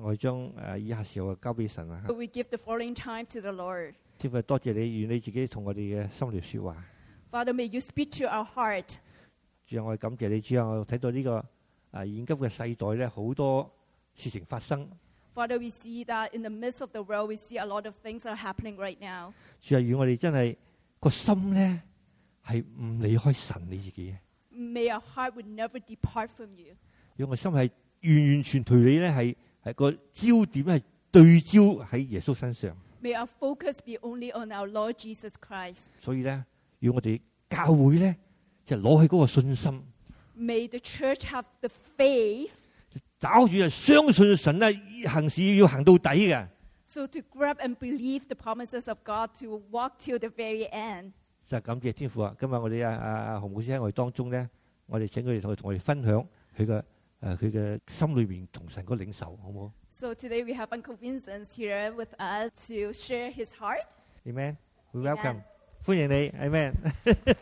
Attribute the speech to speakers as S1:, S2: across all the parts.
S1: 我將誒以下時候交俾神啊！
S2: But we give the following time to the Lord.
S1: 天父，多謝你，願你自己同我哋嘅心聊説話。
S2: Father, may you speak to our heart.
S1: 主啊，我哋感謝你，主啊，我睇到呢、個誒、啊、現今嘅世代咧，好多事情發生。
S2: Father, we see that in the midst of the world, we see a lot of things are happening right now.
S1: 主啊，如我哋真係個心咧係唔離開神你自己嘅。
S2: May our heart would never depart from you.
S1: 如果我心係完完全全你咧係係個焦點係對焦喺耶穌身上，
S2: May our focus be only on our Lord Jesus Christ.
S1: 所以咧，要我哋教會咧就攞起嗰個信心。
S2: May the church have the faith
S1: 找住啊，相信神咧，行事要行到底嘅。
S2: so to grab and believe the promises of God to walk till the very end.
S1: 就感謝天父啊！今日我哋啊啊啊洪牧師喺我哋當中咧，我哋請佢哋同同我哋分享佢嘅誒佢嘅心裏邊同神嗰個領受，好唔好
S2: So today we have Uncle Vincent here with us to share his heart.
S1: ？Amen，we
S2: Amen
S1: welcome，歡迎你，Amen。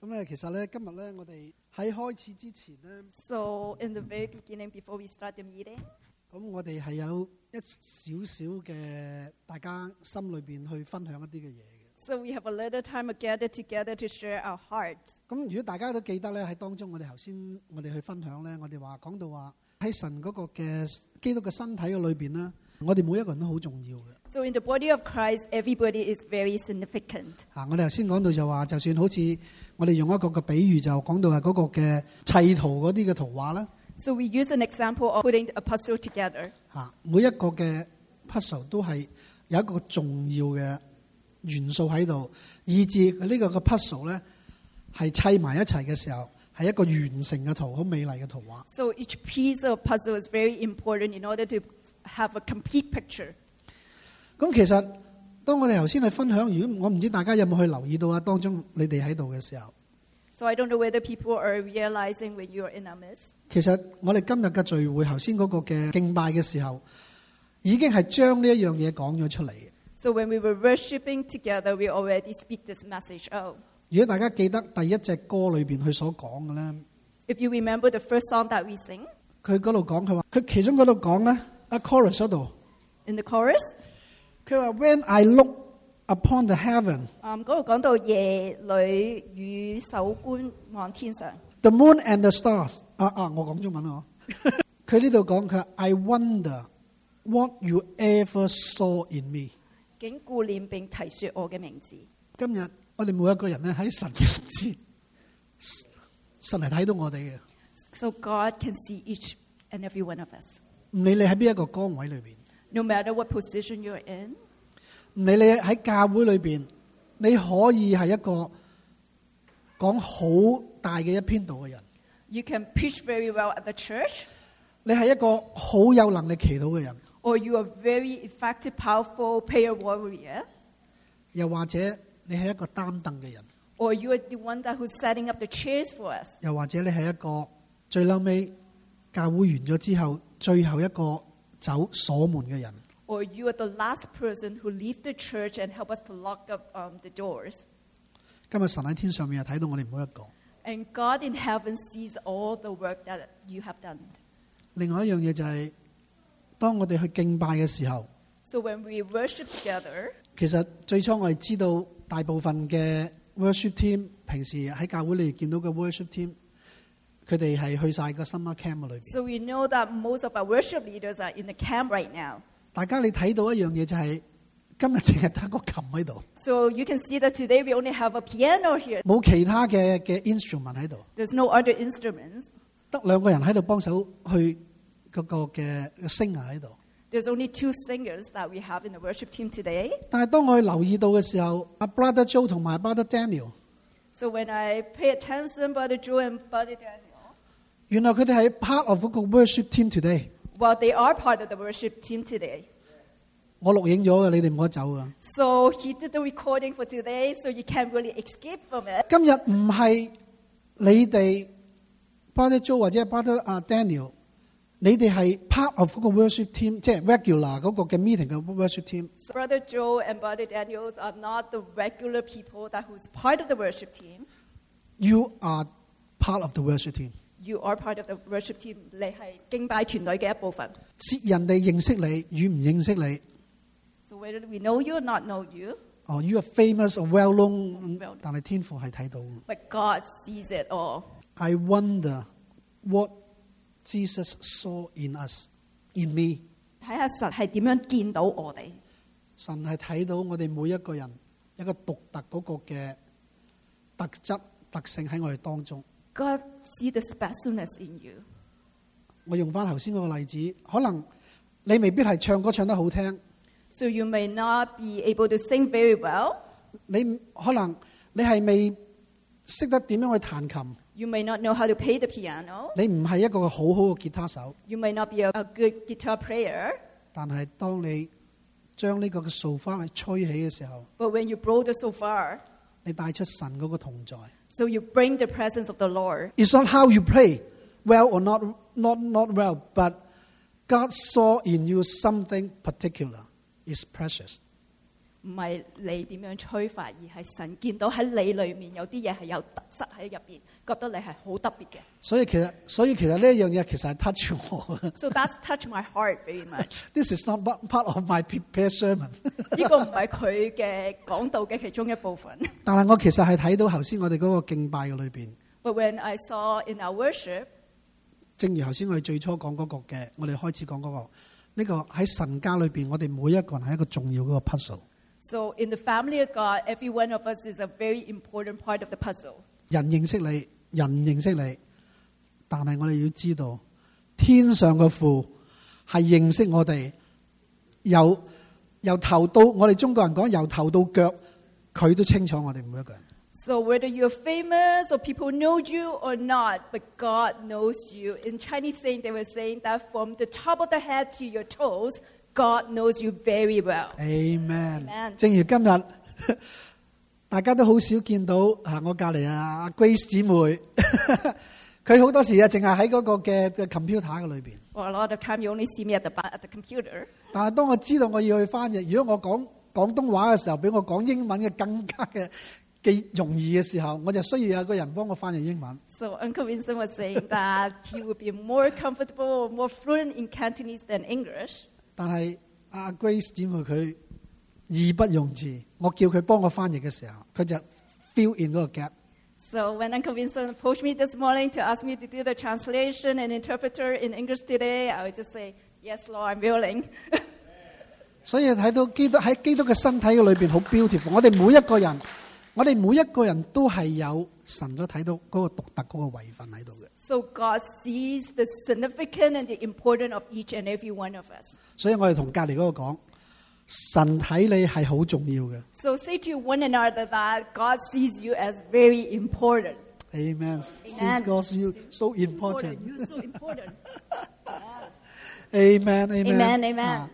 S3: 咁啊咧，其實咧，今日咧，我哋喺開始之前咧，
S2: So in the very beginning, before we start the meeting,
S3: 咁我哋係有一少少嘅大家心裏邊去分享一啲嘅嘢嘅。
S2: so we have a little time gathered together to share our hearts.
S3: 咁如果大家都記得咧，喺當中我哋頭先我哋去分享咧，我哋話講到話喺神嗰個嘅呃基督嘅身體嘅裏邊咧，我哋每一個人都好重要嘅。
S2: So in the body of Christ, everybody is very significant.
S3: 啊！我哋頭先講到就話，就算好似我哋用一個嘅比喻，就講到係嗰個嘅砌圖嗰啲嘅圖畫啦。
S2: So we use an example of putting a puzzle together.
S3: 啊，每一個嘅 puzzle 都係有一個重要嘅元素喺度，以至呢個嘅 puzzle 咧係砌埋一齊嘅時候，係一個完成嘅圖，好美麗嘅圖畫。
S2: So each piece of puzzle is very important in order to have a complete picture.
S3: 咁其實當我哋頭先去分享，如果我唔知大家有冇去留意到啊，當中你哋喺度嘅時候，
S2: So I don't know whether people are realizing when you are in our midst.
S3: 其實我哋今日嘅聚會頭先嗰個嘅敬拜嘅時候，已經係將呢一樣嘢講咗出嚟嘅。
S2: So when we were worshiping together, we already speak this message Oh, out.
S3: 如果大家記得第一隻歌裏邊佢所講嘅咧。
S2: If you remember the first song that we sing
S3: 佢嗰度講，佢話佢其中嗰度講咧，阿 chorus 嗰度，
S2: in the chorus,
S3: 佢話 When I look upon the heaven,
S2: um, 嗰度講到夜裏與守觀望天上。
S3: the moon and the stars，啊啊，我講中文啊，我 佢呢度講佢話 I wonder what you ever saw in me。
S2: 竟顧念並提説我嘅名字。
S3: 今日我哋每一個人咧喺神嘅面 前，神係睇到我哋嘅，
S2: So God can see each and every one of us.
S3: 唔理你喺邊一個崗位裏邊，
S2: No matter what position you're in,
S3: 唔理你喺教會裏邊，你可以係一個講好大嘅一篇道嘅人。
S2: you can preach very well at the church,
S3: 你係一個好有能力祈禱嘅人，
S2: or you are very effective, powerful prayer warrior,
S3: 又或者你係一個擔凳嘅人，
S2: or you are the one that who's setting up the chairs for us,
S3: 又或者你係一個最嬲尾教會完咗之後最後一個走鎖門嘅人。
S2: or you are the last person who leave the church and help us to lock up um, the doors.
S3: 今日神喺天上面又睇到我哋每一個。
S2: And God in heaven sees all the work that you have done.
S3: 另外一樣嘢就係、當我哋去敬拜嘅時候，
S2: So when we worship together,
S3: 其實最初我哋知道大部分嘅 worship team 平時喺教會你哋見到嘅 worship team，佢哋係去晒個 summer camp 裏邊。
S2: so we know that most of our worship leaders are in the camp right now.
S3: 大家你睇到一樣嘢就係、今日淨係得一個琴喺度。
S2: So you can see that today we only have a piano here.
S3: 冇其他嘅嘅 instrument 喺度，
S2: There's no other instruments.
S3: 得兩個人喺度幫手去嗰個嘅 singer 喺度。
S2: There's only two singers that we have in the worship team today.
S3: 但係當我去留意到嘅時候，阿 brother Joe 同埋 brother Daniel，
S2: So when I pay attention, Brother Joe and Brother Daniel,
S3: 原來佢哋係 part of 嗰個 worship team today。
S2: well, they are part of the worship team today.
S3: 我錄影咗嘅，你哋唔好走噶。
S2: So he did the recording for today, so you can't really escape from it.
S3: 今日唔係你哋 brother Joe 或者 brother 阿 Daniel，你哋係 part of 嗰個 worship team，即係 regular 嗰個嘅 meeting 嘅 worship team。
S2: So Brother Joe and Brother Daniels are not the regular people that who's part of the worship team.
S3: You are part of the worship team。
S2: you are part of the worship team，你係敬拜團隊嘅一部分。
S3: 知人哋認識你與唔認識你，
S2: So whether we know you or not know you,
S3: 哦，you are famous or well known，
S2: Well-
S3: 但係天父係睇到嘅。
S2: but God sees it all.
S3: I wonder what Jesus saw in us, in me。
S2: 睇下神係點樣見到我哋。
S3: 神係睇到我哋每一個人一個獨特嗰個嘅特質特性喺我哋當中。
S2: God see the specialness in you。
S3: 我用翻頭先嗰個例子，可能你未必係唱歌唱得好聽，
S2: So you may not be able to sing very well.
S3: 你可能你係未識得點樣去彈琴，
S2: You may not know how to play the piano.
S3: 你唔係一個好好嘅吉他手，
S2: You may not be a, a good guitar player.
S3: 但係當你將呢個嘅掃花去吹起嘅時候，
S2: But when you blow the shofar,
S3: 你帶出神嗰個同在。
S2: so you bring the presence of the Lord.
S3: It's not how you play, well or not, not, not well, but God saw in you something particular. It's precious.
S2: 唔係你點樣吹法，而係神見到喺你裏面有啲嘢係有特質喺入邊，覺得你係好特別嘅。
S3: 所以其實，所以其實呢一樣嘢其實係 touch 我。
S2: So that's touch my heart very much。
S3: This is not part part of my prepared sermon 。
S2: 呢個唔係佢嘅講道嘅其中一部分。
S3: 但係我其實係睇到頭先我哋嗰個敬拜嘅裏邊，
S2: But when I saw in our worship,
S3: 正如頭先我哋最初講嗰個嘅，我哋開始講嗰、個呢、個喺神家裏邊，我哋每一個人係一個重要嗰個 puzzle。
S2: so in the family of God, every one of us is a very important part of the puzzle.
S3: 人認識你，人認識你，但係我哋要知道，天上嘅父係認識我哋，由由頭到我哋中國人講由頭到腳，佢都清楚我哋每一個人。
S2: So whether you're famous or people know you or not, but God knows you. In Chinese saying, they were saying that from the top of the head to your toes, God knows you very well.
S3: Amen。
S2: Amen
S3: 正如今日 大家都好少見到啊，我隔離啊 Grace 姊妹， 佢好多時啊，淨係喺嗰個嘅嘅 computer 嘅裏邊。
S2: Well, a lot of time you only see me at the, ba- at the computer.
S3: 但係當我知道我要去翻譯，如果我講廣東話嘅時候，比我講英文嘅更加嘅嘅容易嘅時候，我就需要有個人幫我翻譯英文。
S2: So Uncle Vincent was saying that he would be more comfortable or more fluent in Cantonese than English.
S3: 但係阿 Grace 姊妹佢義不容辭，我叫佢幫我翻譯嘅時候，佢就 fill in 嗰個 gap。
S2: So when Uncle Vincent approached me this morning to ask me to do the translation and interpreter in English today, I would just say, yes, Lord, I'm willing.
S3: 所以睇到基督喺基督嘅身體嘅裏邊好 beautiful。我哋每一個人，我哋每一個人都係有神所睇到嗰個獨特嗰個遺分喺度嘅。
S2: so God sees the significant and the important of each and every one of us.
S3: 所以我哋同隔離嗰個講，神睇你係好重要嘅。
S2: So say to one another that God sees you as very important.
S3: Amen. Since God you so important.
S2: You're so important.
S3: Amen. Amen.
S2: Amen, amen.
S3: 啊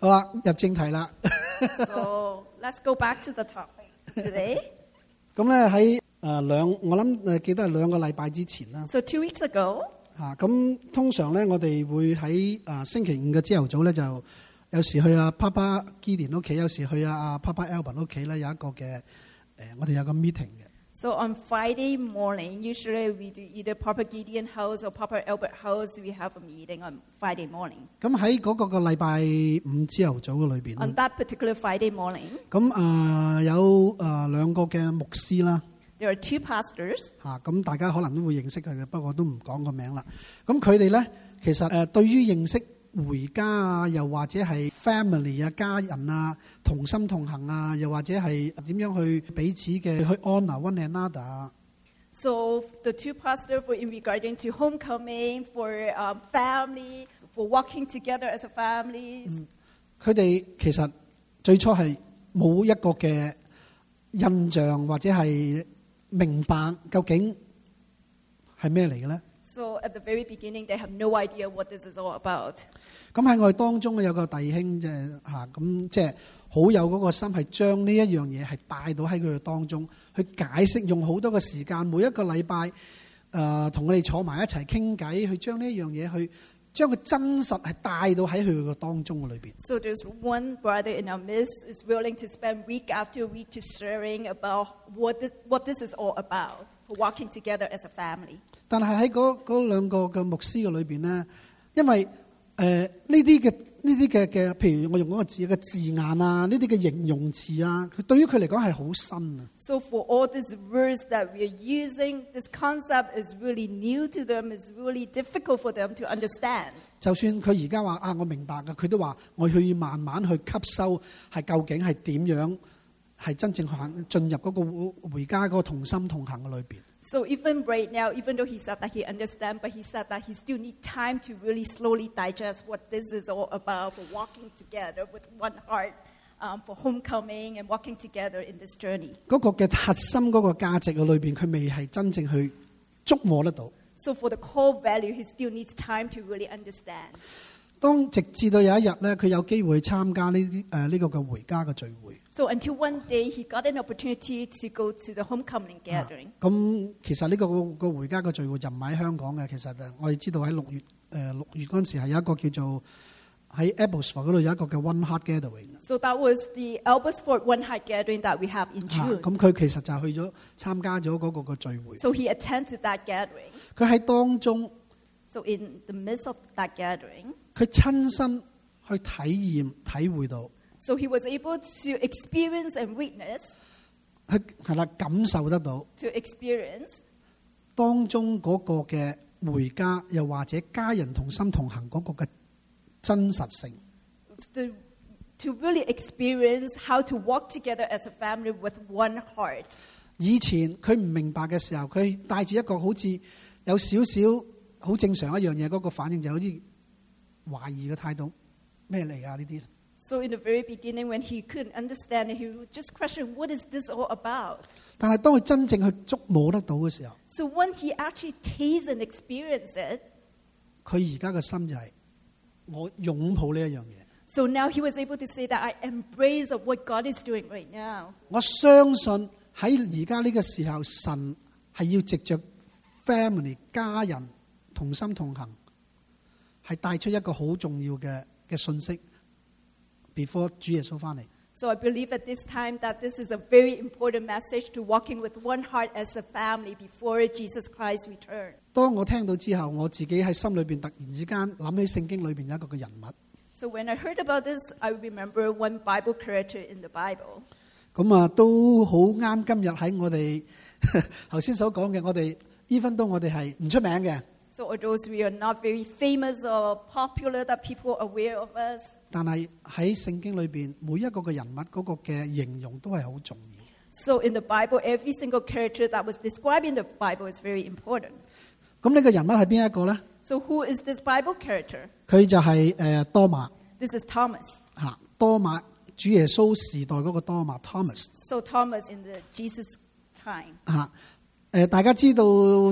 S3: 好啦，入正題啦。
S2: so let's go back to the topic today.
S3: 咁咧喺誒兩，我諗誒記得係兩個禮拜之前啦。
S2: So two weeks ago,
S3: 啊，咁通常咧，我哋會喺啊星期五嘅朝頭早咧，就有時去阿 Papa Gideon 屋企，有時去阿阿 Papa Alvin 屋企咧，有一個嘅誒、呃我哋有個 meeting 嘅。
S2: So on Friday morning, usually we do either Papa Gideon House or Papa Albert House. We have a meeting on Friday morning.
S3: 咁喺嗰個個禮拜五朝頭早嘅裏邊
S2: On
S3: 呢，
S2: that particular Friday morning,
S3: 咁啊、有啊、兩個嘅牧師啦。
S2: there are two pastors.
S3: 嚇，啊咁大家可能都會認識佢嘅，不過都唔講個名啦。咁佢哋呢，其實誒、呃、對於認識回家啊，又或者係 family 啊、家人啊、同心同行啊，又或者係點樣去彼此嘅去 honour one another 啊，
S2: So the two pastors were in regarding to homecoming, for um, family, for walking together as a family.
S3: 佢哋其實最初係冇一個嘅印象或者係明白究竟係咩嚟嘅呢。
S2: So at the very beginning, they have no idea what this is all about.
S3: 咁喺我哋當中有個弟兄即係嚇，咁即係好有嗰個心，係將呢一樣嘢係帶到喺佢嘅當中，去解釋，用好多嘅時間，每一個禮拜誒同我哋坐埋一齊傾偈，去將呢一樣嘢去將佢真實係帶到喺佢嘅當中嘅裏邊。
S2: So there's one brother in our midst is willing to spend week after week to sharing about what this, what this is all about, for walking together as a family.
S3: 但係喺嗰嗰兩個嘅牧師嘅裏邊咧，因為誒呢啲嘅呢啲嘅嘅，譬如我用嗰個字嘅字眼啊，呢啲嘅形容詞啊，佢對於佢嚟講係好新啊。
S2: So for all these words that we are using, this concept is really new to them, it's really difficult for them to understand.
S3: 就算佢而家話啊，我明白嘅，佢都話我去要慢慢去吸收，係究竟係點樣係真正行進入嗰個回家嗰個同心同行嘅裏邊。
S2: So even right now, even though he said that he understands, but he said that he still needs time to really slowly digest what this is all about for walking together with one heart, um, for homecoming and walking together in this journey.
S3: 嗰個嘅核心嗰個價值嘅裏邊，佢未係真正去觸摸得到。
S2: So for the core value, he still needs time to really understand.
S3: 當直至到有一日咧，佢有機會參加呢啲誒呢個嘅回家嘅聚會。
S2: So until one day, he got an opportunity to go to the homecoming
S3: 啊
S2: gathering.
S3: 咁、其實呢、個個回家嘅聚會就唔喺香港嘅，其實誒我哋知道喺六月誒呃六、月嗰陣時係有一個叫做喺 Abbotsford 嗰度有一個嘅 One Heart Gathering。
S2: So that was the Albertsford One Heart gathering that we have in June.
S3: 啊咁佢、其實就係去咗參加咗嗰個嘅聚會。
S2: So he attended that gathering.
S3: 佢喺當中，
S2: So in the midst of that gathering,
S3: 佢親身去體驗體會到，
S2: so he was able to experience and witness,
S3: 佢係啦感受得到。
S2: to experience
S3: 當中嗰個嘅回家，又或者家人同心同行嗰個嘅真實性，
S2: the, to really experience how to walk together as a family with one heart.
S3: 以前佢唔明白嘅時候，佢帶住一個好似有少少好正常一樣嘢嗰個反應，就好似懷疑嘅態度，咩嚟啊？呢啲
S2: So in the very beginning, when he couldn't understand, he would just question, "What is this all about?"
S3: 但係當佢真正去觸摸得到嘅時候，
S2: So when he actually tastes and experiences it,
S3: 佢而家嘅心就係、我擁抱呢一樣嘢，
S2: so now he was able to say that I embrace of what God is doing right now.
S3: 我相信喺而家呢個時候，神係要藉着 family 家人同心同行，係帶出一個好重要嘅嘅信息。before 主耶穌翻嚟，
S2: So I believe at this time that this is a very important message to walking with one heart as a family before Jesus Christ return.
S3: 當我聽到之後，我自己喺心裏邊突然之間諗起聖經裏邊有一個嘅人物，
S2: So when I heard about this, I remember one Bible character in the Bible.
S3: 咁啊都好啱今日喺我哋 頭先所講嘅，我哋 even 都我哋係唔出名嘅，
S2: So although we are not very famous or popular that people are aware of us,
S3: 但係喺聖經裏邊每一個嘅人物嗰個嘅形容都係好重要。
S2: so in the Bible, every single character that was described in the Bible is very important.
S3: 咁呢個人物係邊一個呢？
S2: So who is this Bible character?
S3: 佢就係、呃多馬
S2: This is Thomas.
S3: 嚇、多馬主耶穌時代嗰個多馬 Thomas
S2: So Thomas in the Jesus time.
S3: 嚇、呃大家知道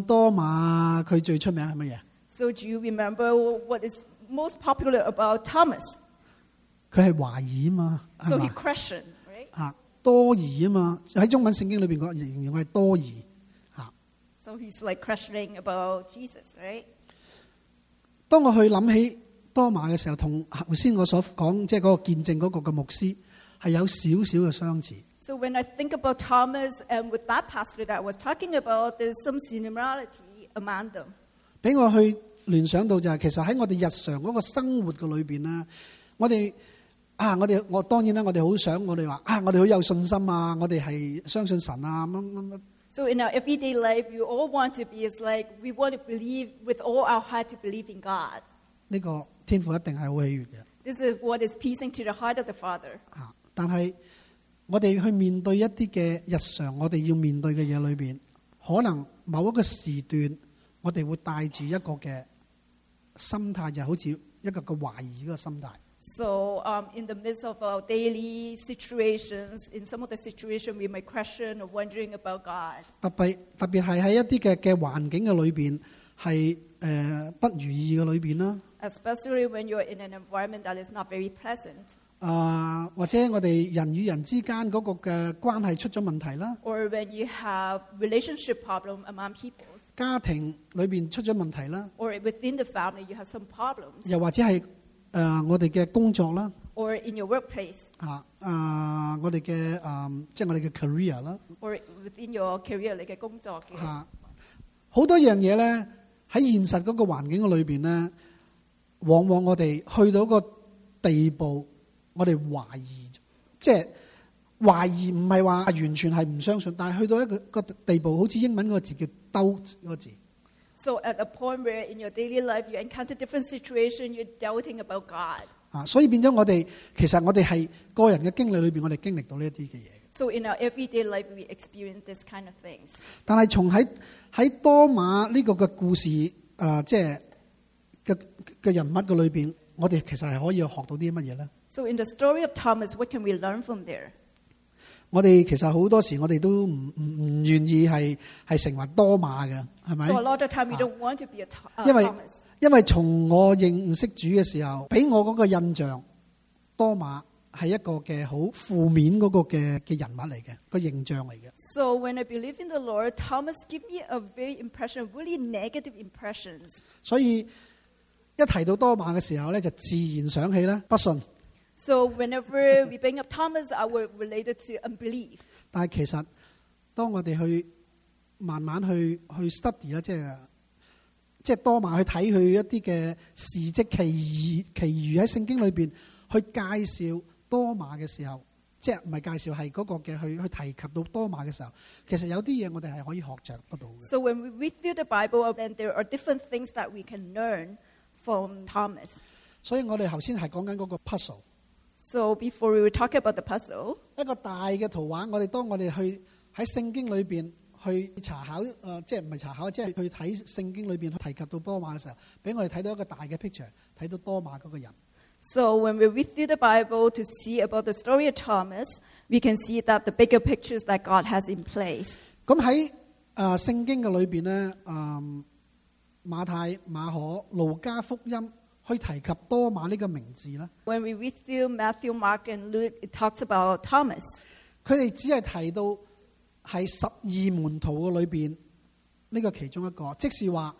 S3: 多馬佢最出名係乜嘢？
S2: So do you remember what is most popular about Thomas?
S3: 佢係懷疑啊嘛，
S2: So he
S3: 係嘛
S2: questioned, right?
S3: 嚇多疑啊嘛，喺中文聖經裏邊講形容佢係多疑嚇、
S2: So he's like questioning about Jesus, right?
S3: 當我去諗起多馬嘅時候，同頭先我所講即係嗰個見證嗰個嘅牧師係有少少嘅相似。
S2: So when I think about Thomas and with that pastor that I was talking about, there's some similarity among them.
S3: 俾我去聯想到就係、其實喺我哋日常嗰個生活嘅裏邊啦，我哋啊，我哋我當然啦，我哋好想我哋話啊，我哋好有信心啊，我哋係相信神啊，乜乜乜。
S2: So in our everyday life, we all want to be, it's like we want to believe with all our heart to believe in God.
S3: 呢個天父一定係好喜悅嘅
S2: This is what is pleasing to the heart of the Father.
S3: 啊！但係我哋去面對一啲嘅日常，我哋要面對嘅嘢裏邊，可能某一個時段，我哋會帶住一個嘅心態，就好似一個嘅懷疑嗰個心態。
S2: So um, in the midst of our daily situations, in some of the situation, we may question or wondering about God.
S3: 特別特別係喺一啲嘅嘅環境嘅裏邊，係誒、呃不如意嘅裏邊啦。
S2: especially when you're in an environment that is not very pleasant,
S3: 啊、或者我哋人與人之間嗰個嘅關係出咗問題啦，
S2: or when you have relationship problem among people,
S3: 家庭裏邊出咗問題啦，
S2: or within the family you have some problems,
S3: 又或者係誒、呃我哋嘅工作啦，
S2: or in your workplace,
S3: 啊啊、我哋嘅嗯誒，即係我哋嘅 career 啦，
S2: or within your career, like a 工作嘅。
S3: 啊，好多樣嘢咧喺現實嗰個環境嘅裏邊咧，往往我哋去到一個地步，我哋懷疑，即係懷疑唔係話完全係唔相信，但係去到一個個地步，好似英文嗰個字叫 doubt 嗰個字，
S2: So at a point where in your daily life you encounter different situation, you're doubting about God.
S3: 啊，所以變咗我哋其實我哋係個人嘅經歷裏邊，我哋經歷到呢一啲嘅嘢。
S2: So in our everyday life we experience this kind of things.
S3: 但係從喺喺多馬呢個嘅故事啊、呃即係嘅嘅人物嘅裏邊，我哋其實係可以學到啲乜嘢咧？
S2: So in the story of Thomas, what can we learn from there?
S3: 我哋其實好多時我哋都唔唔唔願意係係成為多馬嘅，係
S2: So a
S3: 咪？
S2: lot of time we
S3: Ah.
S2: don't want to be a Tho- uh,
S3: Yeah, but-
S2: Thomas.
S3: 因為從我認識主嘅時候，俾我嗰個印象，多馬係一個嘅好負面嗰個嘅嘅人物嚟嘅，個形象嚟嘅。
S2: So when I believe in the Lord, Thomas gave me a very impression, really negative impressions.
S3: 所以一提到多馬嘅時候咧，就自然想起咧不信。
S2: So whenever we bring up Thomas, I will relate it to unbelief.
S3: 但係其實當我哋去慢慢去去 study 啊啦，即係即係多埋去睇佢一啲嘅事蹟奇異，其餘喺聖經裏邊去介紹多馬嘅時候，即係唔係介紹係嗰個嘅去去提及到多馬嘅時候，其實有啲嘢我哋係可以學習得到嘅。
S2: So when we read through the Bible, then there are different things that we can learn from Thomas.
S3: 所以我哋頭先係講緊嗰個 puzzle，
S2: So before we were talking about the puzzle,
S3: 一個大嘅圖畫。我哋當我哋去喺聖經裏邊去查考，誒、即係唔係查考，即係去睇聖經裏邊提及到多馬嘅時候，俾我哋睇到一個大嘅 picture，睇到多馬嗰個人。
S2: so when we read through the Bible to see about the story of Thomas, we can see that the bigger pictures that God has in place.
S3: 咁喺誒聖經嘅裏邊咧，誒、馬太、馬可、路加福音去提及多馬呢個名字咧，
S2: When we read through Matthew, Mark, and Luke, it talks about Thomas.
S3: 佢哋只係提到係十二門徒嘅裏邊呢個其中一個，即是話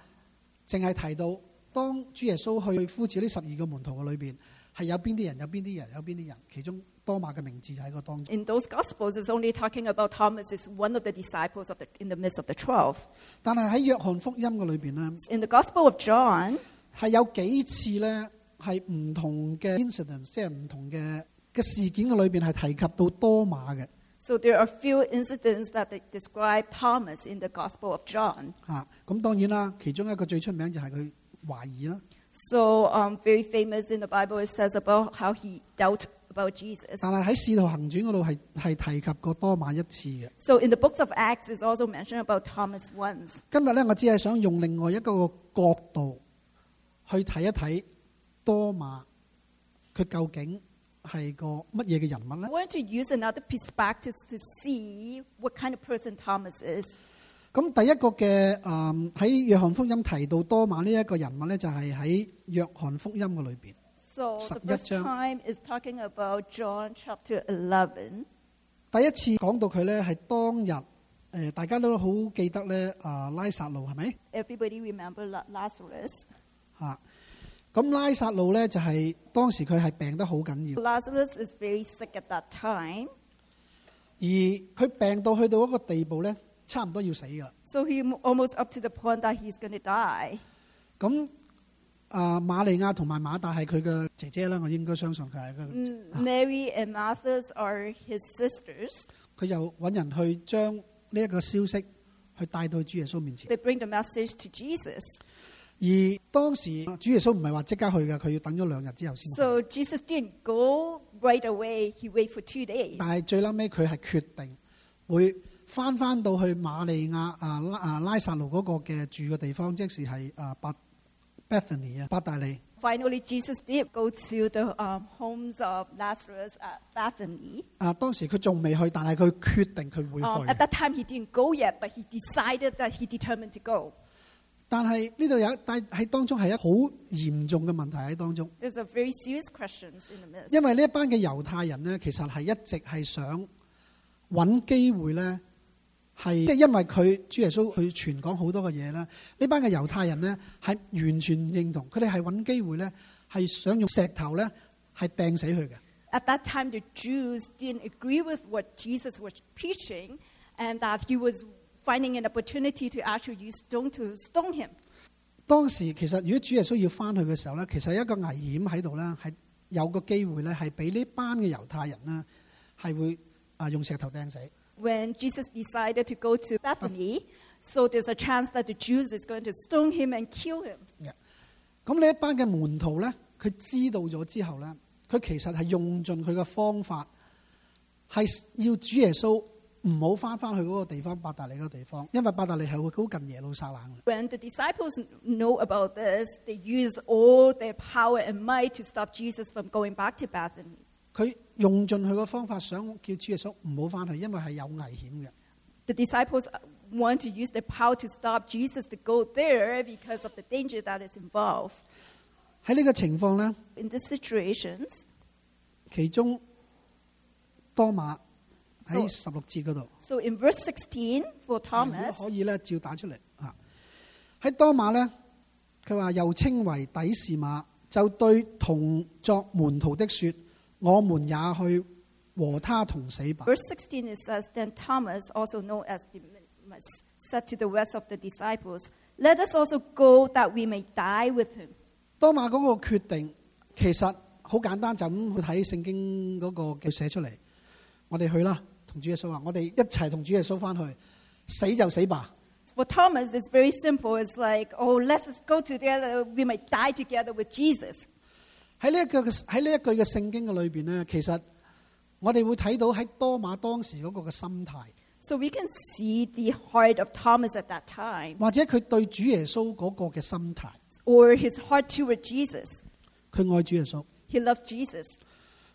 S3: 淨係提到當主耶穌去呼召呢十二個門徒嘅裏邊係有邊啲人，有邊啲人，有邊啲人，其中多馬嘅名字就喺個當中。
S2: In those Gospels, it's only talking about Thomas as one of the disciples of the, in the midst of the twelve.
S3: 但係喺約翰福音嘅裏邊咧，
S2: In the Gospel of John,
S3: 係有幾次咧，係唔同嘅 incident，即係唔同嘅嘅事件嘅裏邊係提及到多馬嘅
S2: so there are few incidents that they describe Thomas in the Gospel of John.
S3: 嚇。啊咁、當然啦，其中一個最出名就係佢懷疑啦。
S2: So um, very famous in the Bible, it says about how he doubted about Jesus.
S3: 但係喺《使徒行傳》嗰度係係提及過多馬一次嘅。
S2: So in the books of Acts, it's also mentioned about Thomas once.
S3: 今日咧，我只係想用另外一個角度去睇一睇多馬，佢究竟係個乜嘢嘅人物呢
S2: I？wanted to use another perspective to see what kind of person Thomas is.
S3: 咁第一個嘅誒喺約翰福音提到多馬呢一個人物呢，就係喺約翰福音嘅裏邊。
S2: So the
S3: Sub-
S2: first
S3: yeah, John.
S2: time is talking about John chapter 11.
S3: 第一次講到佢咧，係當日誒、呃大家都好記得咧，啊、拉撒路係咪
S2: Everybody remember La- Lazarus.
S3: 嚇？咁、拉撒路咧就係、當時佢係病得好緊要，
S2: Lazarus is very sick at that time.
S3: 而佢病到去到一個地步咧，差唔多要死噶啦。
S2: So he m- almost up to the point that he's going to die.
S3: 咁啊、瑪利亞同埋馬大係佢嘅姐姐啦，我應該相信佢係佢嘅姐
S2: M- Mary and Martha's are his sisters.
S3: 佢又揾人去將呢一個消息去帶到主耶穌面前。
S2: They bring the message to Jesus.
S3: 而當時主耶穌唔係話即刻去嘅，佢要等咗兩日之後先去。
S2: So Jesus didn't go right away. He waited for two days.
S3: 但係最嬲尾佢係決定會翻翻到去馬利亞啊拉啊拉撒路嗰個嘅住嘅地方，即是係啊伯 Bethany 啊伯大利。
S2: Finally, Jesus did go to the um, homes of Lazarus at Bethany.
S3: 啊，當時佢仲未去，但係佢決定佢
S2: Um,
S3: 會
S2: at
S3: 去。
S2: that time, he didn't go yet, but he decided that he determined to go.
S3: 但係呢度有，但係當中係一個好嚴重嘅問題喺當中，
S2: There's a very serious questions in the midst.
S3: 因為呢一班嘅猶太人呢，其實係一直係想揾機會呢，係即係因為佢主耶穌去傳講好多嘅嘢啦，呢班嘅猶太人呢，係完全唔認同，佢哋係揾機會呢，係想用石頭呢，係掟死佢嘅。
S2: At that time, the Jews didn't agree with what Jesus was preaching and that he was finding an opportunity to actually use stone to stone him.
S3: 當時其實如果主耶穌要翻去嘅時候咧，其實有一個危險喺度啦，係有個機會咧，係俾呢班嘅猶太人啦，係會啊用石頭掟死。
S2: When Jesus decided to go to Bethany, so there's a chance that the Jews is going to stone him and kill him.
S3: 咁呢一班嘅門徒咧，佢知道咗之後咧，佢其實係用盡佢嘅方法，係要主耶穌唔好翻翻去嗰個地方，伯大利嗰個地方，因為伯大利係會好近耶路撒冷嘅。
S2: When the disciples know about this, they use all their power and might to stop Jesus from going back to Bethany.
S3: 佢用盡佢嘅方法，想叫主耶穌唔好翻去，因為係有危險嘅。
S2: The disciples want to use their power to stop Jesus to go there because of the danger that is involved.
S3: 喺呢個情況咧，
S2: In these situations,
S3: 其中多馬喺
S2: 多
S3: 十六節嗰度，
S2: so in verse 16 for
S3: 如
S2: Thomas,
S3: 果可以咧，照打出嚟嚇。喺多馬咧，佢話又稱為底士馬，就對同作門徒的說：我們也去和他同死吧。
S2: verse 16 it says, Then Thomas, also known as Didymus, said to the rest of the disciples, Let us also go that we may die with him.
S3: 多馬嗰個決定其實好簡單，就咁去睇聖經嗰個嘅寫出嚟。我哋去啦，同主耶穌話：我哋一齊同主耶穌翻去，死就死吧。
S2: For Thomas, it's very simple. It's like, oh, let's go together. We may die together with Jesus.
S3: 喺呢一句嘅喺呢一句嘅聖經嘅裏邊咧，其實我哋會睇到喺多馬當時嗰個嘅心態，
S2: So we can see the heart of Thomas at that time,
S3: 或者佢對主耶穌嗰個嘅心態，
S2: or his heart toward Jesus.
S3: 佢愛主耶穌，
S2: He loved Jesus.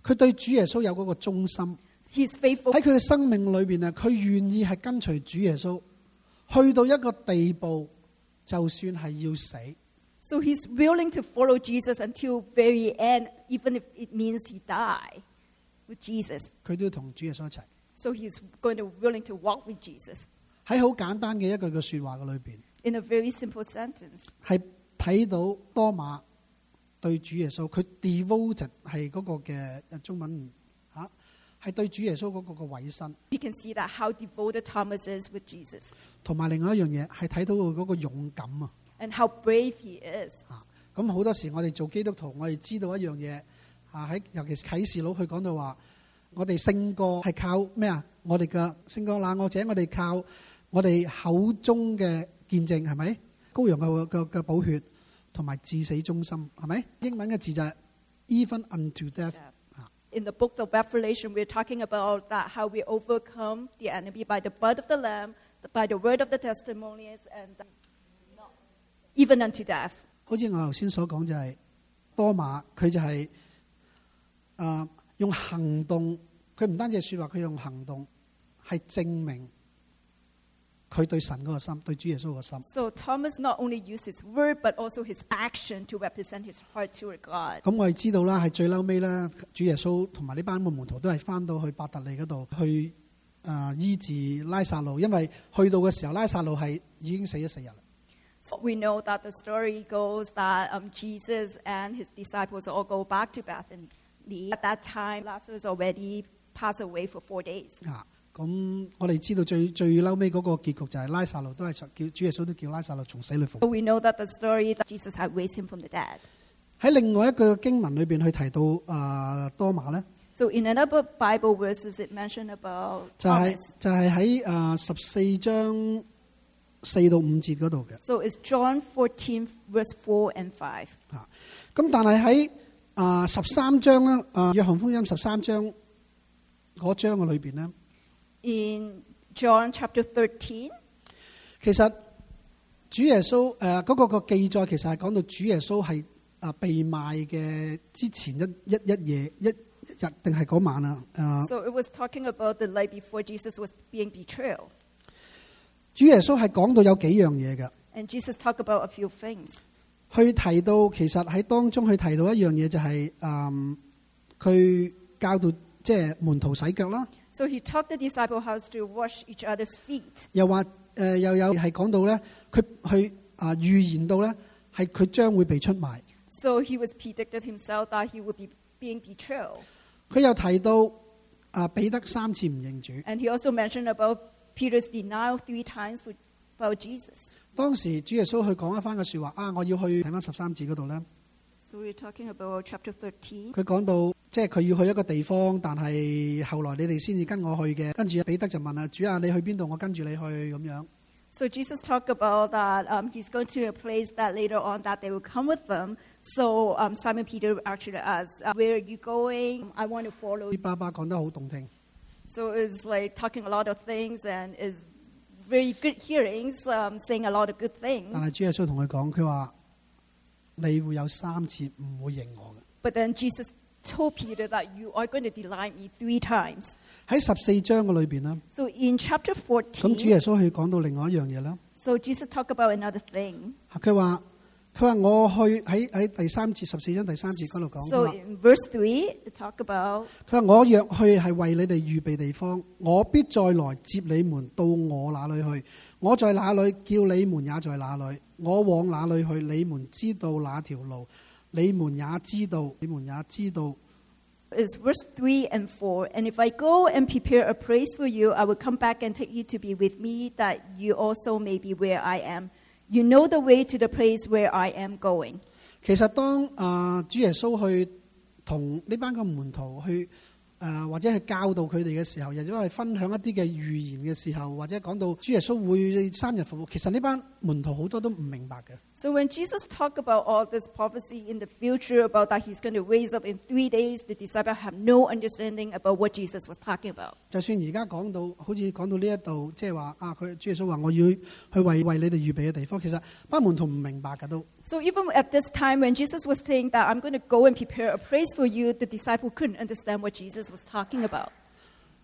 S3: 佢對主耶穌有嗰個忠心。
S2: He's faithful.
S3: 喺佢嘅生命裏邊咧，佢願意係跟隨主耶穌，去到一個地步，就算係要死，
S2: So he's willing to follow Jesus until very end, even if it means he die with Jesus.
S3: 佢都要同主耶穌一齊。
S2: So he's going to willing to walk with Jesus
S3: 喺好簡單嘅一句嘅説話嘅裏邊，
S2: in a very simple sentence.
S3: 係睇到多馬對主耶穌，佢 devoted 係嗰個嘅呃中文嚇，係、對主耶穌嗰個嘅委身，
S2: We can see that how devoted Thomas is with Jesus
S3: 同埋另外一樣嘢係睇到佢嗰個勇敢啊！
S2: and how brave he is.
S3: 啊，咁好多時我哋做基督徒，我哋知道一樣嘢啊，喺尤其是啟示錄佢講到話，我哋勝過係靠咩啊？我哋嘅勝過那惡者，我哋靠我哋口中嘅見證係咪？羔羊嘅嘅嘅寶血同埋至死忠心係咪？英文嘅字就係 even unto death。
S2: Uh, In the book of Revelation, we're talking about that how we overcome the enemy by the blood of the Lamb, by the word of the testimonies, and not- even unto death.
S3: 好似我頭先所講就係、多馬，佢就係、啊用行動，佢唔單止係説話，佢用行動係證明佢對神嗰個心，對主耶穌嗰個心。
S2: So Thomas not only used his word, but also his action to represent his heart toward God.
S3: 咁我哋知道啦，係最嬲尾啦，主耶穌同埋呢班嘅門徒都係翻到去伯特利嗰度去啊、醫治拉撒路，因為去到嘅時候拉撒路係已經死咗四日啦。
S2: So we know that the story goes that um, Jesus and his disciples all go back to Bethany. At that time, Lazarus already passed away for four days.
S3: 啊，咁我哋知道最最嬲尾嗰個結局就係拉撒路都係叫主耶穌都叫拉撒路從死裏復活
S2: But we know that the story that Jesus had raised him from the dead.
S3: 喺另外一句經文裏邊去提到啊、多馬咧，
S2: So in another Bible verses, it mentioned about
S3: 就係、
S2: Thomas.
S3: 就係喺啊十四章四到五節嗰度嘅
S2: So it's John 14, verse 4 and 5.
S3: 啊。咁但係喺啊十三章咧，啊、約翰福音十三章嗰章嘅裏邊咧，
S2: In John chapter 13,
S3: 其實主耶穌誒嗰、個個記載其實係講到主耶穌係啊被賣嘅之前一一一夜一一日定係嗰晚啊，誒、
S2: so it was talking about the night before Jesus was being betrayed.
S3: 主耶穌係講到有幾樣嘢嘅。
S2: And Jesus talked about a few things.
S3: 去提到其實喺當中去提到一樣嘢就係、嗯佢教導即係門徒洗腳啦，
S2: So he taught the disciple how to wash each other's feet.
S3: 又話誒、呃又有係講到咧，佢去啊預言到咧係佢將會被出賣。
S2: So he was predicted himself that he would be being betrayed.
S3: 佢又提到啊彼得三次唔認主，
S2: And he also mentioned about Peter's denial three times for, about Jesus.
S3: 當時主耶穌去講一番嘅説話啊，我要去睇翻十三節嗰度咧，
S2: So we're talking about chapter 13.
S3: 佢講到即係佢要去一個地方，但係後來你哋先至跟我去嘅。跟住彼得就問啊，主啊，你去邊度？我跟住你去咁樣。
S2: So Jesus talked about that um, he's going to a place that later on that they will come with them. So um, Simon Peter actually asked, uh, "Where are you going? I want to follow."
S3: 啲爸爸講得好動聽，
S2: So it's like talking a lot of things and is very good hearings, um, saying a lot of good
S3: 但
S2: things.
S3: 係主耶穌同佢講，佢話你會有三次唔會認我嘅。
S2: But then Jesus told Peter that you are going to deny me three times.
S3: 喺十四章嘅裏邊啦，
S2: So in chapter
S3: 咁主
S2: 14,
S3: 耶穌去講到另外一樣嘢啦。
S2: so Jesus talked about another thing.
S3: 佢話佢話我去喺喺第三節十四章第三節嗰度講，佢
S2: So
S3: 話
S2: in verse 3, it talk about
S3: 佢話我若去係為你哋預備地方，我必再來接你們到我那裏去。我在哪裏，叫你們也在哪裏。我往哪裏去，你們知道哪條路，你們也知道，你們也知道。
S2: is verse 3 and 4. And if I go and prepare a place for you, I will come back and take you to be with me, that you also may be where I am. You know the way to the place where I am going.
S3: 其實當啊、主耶穌去同呢班嘅門徒去啊、或者係教導佢哋嘅時候，又或者係分享一啲嘅預言嘅時候，或者講到主耶穌會三日服務，其實呢班門徒好多都唔明白嘅。
S2: So when Jesus talked about all this prophecy in the future, about that he's going to raise up in three days, the disciples have no understanding about what Jesus was talking about.
S3: 就算而家講到好似講到呢一度，即係話啊，佢主耶穌話我要去為為你哋預備嘅地方，其實班門徒唔明白嘅都。
S2: So even at this time when Jesus was saying that I'm going to go and prepare a place for you, the disciple couldn't understand what Jesus was talking about.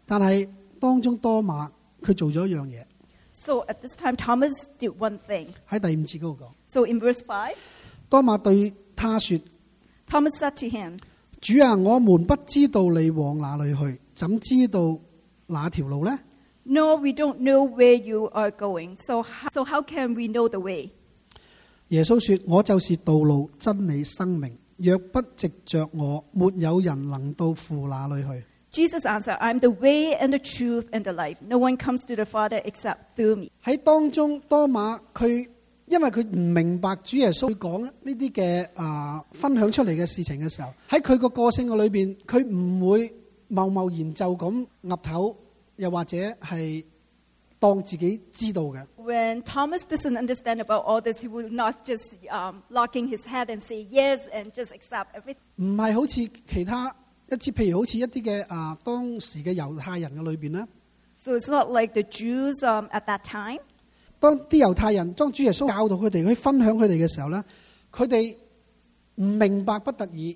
S3: 但係當中多馬佢做咗一樣嘢，
S2: So at this time Thomas did one thing.
S3: 喺第五節嗰度講，
S2: So in verse 5,
S3: 多馬對他說：
S2: Thomas said to him,
S3: 主啊，我們不知道你往哪裏去，怎知道哪條路呢？
S2: No, we don't know where you are going. So how, so how can we know the way?
S3: 耶穌說：我就是道路、真理、生命，若不藉着我，沒有人能到父那裏去。
S2: Jesus answered, I'm the way and the truth and the life. No one comes to the Father except through me.
S3: 喺當中，多馬佢因為佢唔明白主耶穌講呢啲嘅啊分享出嚟嘅事情嘅時候，喺佢個個性嘅裏邊，佢唔會貿貿然就咁岌頭，又或者係當自己知道嘅。
S2: When Thomas doesn't understand about all this, he will not just um, locking his head and say yes and just accept everything.
S3: 唔係好似其他一啲，譬如好似一啲嘅啊當時嘅猶太人嘅裏邊咧，
S2: So it's not like the Jews um, at that time.
S3: 當啲猶太人當主耶穌教導佢哋去分享佢哋嘅時候咧，佢哋唔明白不特已，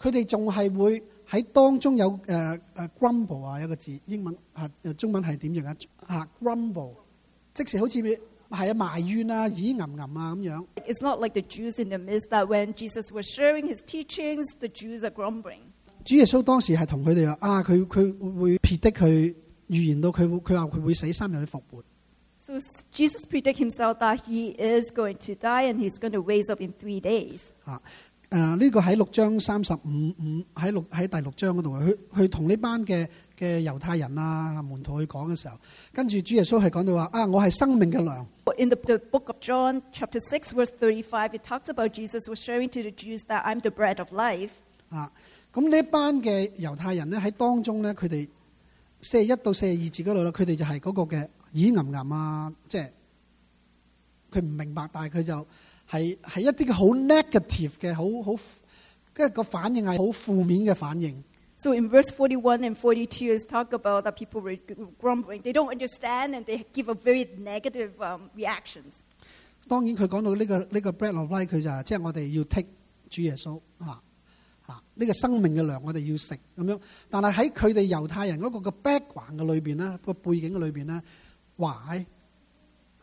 S3: 佢哋仲係會喺當中有誒誒、呃 grumble 啊，有一個字英文啊誒中文係點樣啊？啊 grumble，即是好似係啊埋怨啊，咦吟吟啊咁樣。
S2: It's not like the Jews in the midst that when Jesus was sharing his teachings, the Jews are grumbling.
S3: 主耶穌當時係同佢哋話啊，佢佢會撇的佢預言到佢會佢話佢會死三日去復活。
S2: So Jesus predicted himself that he is going to die and he's going to raise up in three days.
S3: 啊！誒、呢、個喺六章三十五五喺六喺第六章嗰度，佢佢同呢班嘅嘅猶太人啊門徒去講嘅時候，跟住主耶穌係講到話啊，我係生命嘅糧。
S2: In the, the book of John, chapter 6, verse 35, it talks about Jesus was sharing to the Jews that I'm the bread of life.
S3: 啊！咁呢班嘅猶太人咧喺當中咧，佢哋四十一到四十二節嗰度咧，佢哋就係嗰個嘅耳吟吟啊，即係佢唔明白，但係佢就係係一啲嘅好 negative 嘅，好好跟住個反應係好負面嘅反應。
S2: So in verse 41 and 42, it's talk about that people were grumbling. They don't understand and they give a very negative um, reactions.
S3: 當然佢講到呢、個呢、個 bread of life，佢就係即係我哋要 take 主耶穌啊啊呢、個生命嘅糧，我哋要食咁樣。但係喺佢哋猶太人嗰個嘅 background 嘅裏邊咧，個背景嘅裏邊咧，哇！唉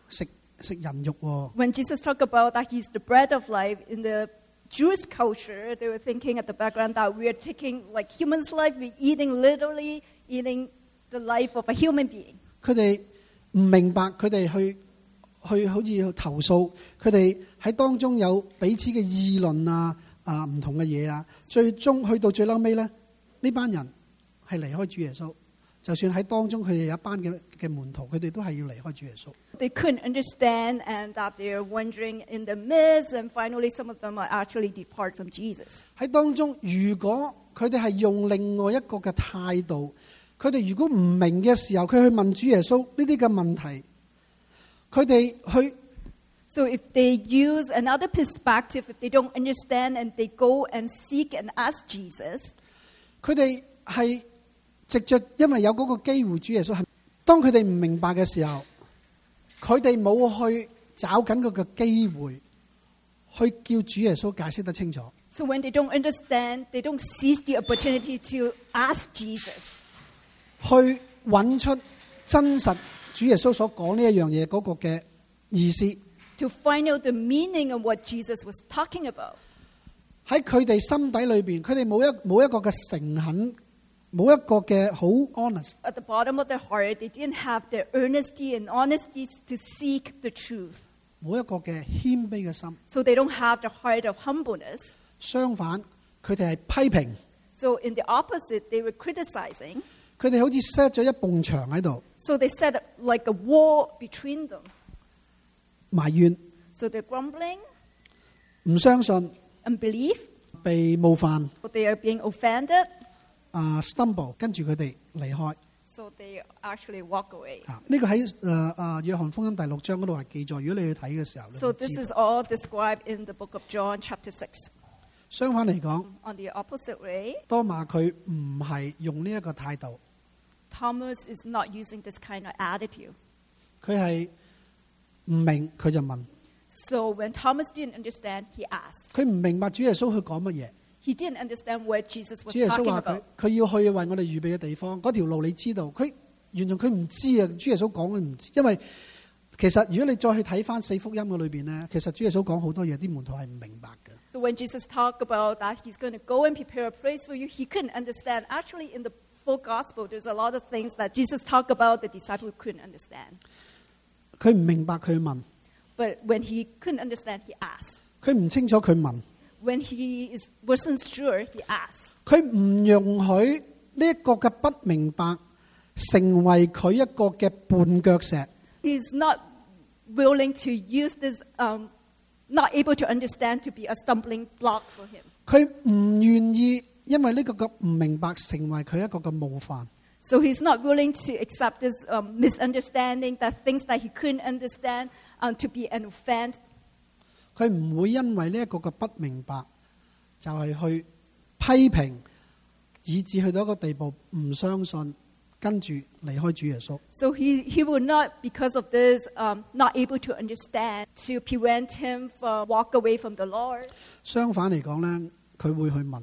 S3: 食食人肉喎、
S2: When Jesus talked about that he's the bread of life, in the Jewish culture, they were thinking at the background that we are taking like human's life, we're eating literally eating the life of a human being.
S3: 佢哋唔明白，佢哋去去好似去投訴，佢哋喺當中有彼此嘅議論啊啊唔同嘅嘢啊，最終去到最嬲尾咧，呢班人係離開主耶穌，就算喺當中佢哋有一班嘅嘅門徒，佢哋都係要離開主耶穌。
S2: They couldn't understand and that they're wandering in the midst, and finally, some of them are actually depart from Jesus.
S3: 喺當中，如果佢哋係用另外一個嘅態度，佢哋如果唔明嘅時候，佢去問主耶穌呢啲嘅問題，佢哋去
S2: So, if they use another perspective, if they don't understand and they go and seek and ask Jesus,
S3: 佢哋係藉着，因為有嗰個機會，主耶穌係當佢哋唔明白嘅時候，佢哋冇去找緊嗰個機會，去叫主耶穌解釋得清楚。
S2: so when they don't understand, they don't seize the opportunity to ask Jesus.
S3: 去揾出真實主耶穌所講呢一樣嘢嗰個嘅意思，
S2: to find out the meaning of what Jesus was talking about.
S3: 喺佢哋心底裏邊，佢哋冇一冇一個嘅誠懇，冇一個嘅好 honest，
S2: At the bottom of their heart, they didn't have the earnesty and honesty to seek the truth.
S3: 冇一個嘅謙卑嘅心。
S2: So they don't have the heart of humbleness.
S3: 相反，佢哋係批評，
S2: So in the opposite, they were criticizing.
S3: 佢哋好似 set 咗一埲牆喺度
S2: So they set up like a wall between them.
S3: 埋怨，
S2: So they're grumbling,
S3: 唔相信，
S2: unbelief,
S3: 被冒犯，
S2: but they are being offended.
S3: 啊、stumble，跟住佢哋離開。
S2: So they actually walk away.
S3: 啊，呢、個喺誒誒約翰福音第六章嗰度係記載，如果你去睇嘅時候，你
S2: So
S3: 會知
S2: this is all described in the book of John, chapter 6.
S3: 相反嚟講。
S2: On the opposite way,
S3: 多馬佢唔係用呢一個態度，
S2: Thomas is not using this kind of attitude.
S3: 佢係唔明佢就問，
S2: So when Thomas didn't understand, he asked.
S3: 佢唔明白主耶穌佢講乜
S2: He didn't understand what Jesus
S3: 嘢。
S2: was
S3: 主耶穌
S2: talking
S3: 話佢
S2: about.
S3: 佢要去為我哋預備嘅地方，嗰條路你知道，佢完全佢唔知啊！主耶穌講佢唔知，因為其實如果你再去睇翻四福音嘅裏邊呢，其實主耶穌講好多嘢，啲門徒係唔明白嘅。
S2: So when Jesus talked about that he's going to go and prepare a place for you, he couldn't understand. Actually, in the full gospel, there's a lot of things that Jesus talked about the disciples couldn't understand.
S3: 佢唔明白佢問，
S2: But when he couldn't understand, he asked.
S3: 佢唔清楚佢問，
S2: When he is, wasn't sure, he asked.
S3: 佢唔容許呢一個嘅不明白成為佢一個嘅絆腳石。
S2: He's not willing to use this, um, not able to understand, to be a stumbling block for him.
S3: 佢唔願意，因為呢個嘅唔明白，成為佢一個嘅冒犯。
S2: So he's not willing to accept this um, misunderstanding, the things that he couldn't understand, um, to be an offense.
S3: 佢唔會因為呢一個嘅不明白，就係、去批評，以至去到一個地步唔相信，跟住離開主耶穌。
S2: So he, he will not, because of this, um, not able to understand, to prevent him from walk away from the Lord.
S3: 相反嚟講呢，佢會去問。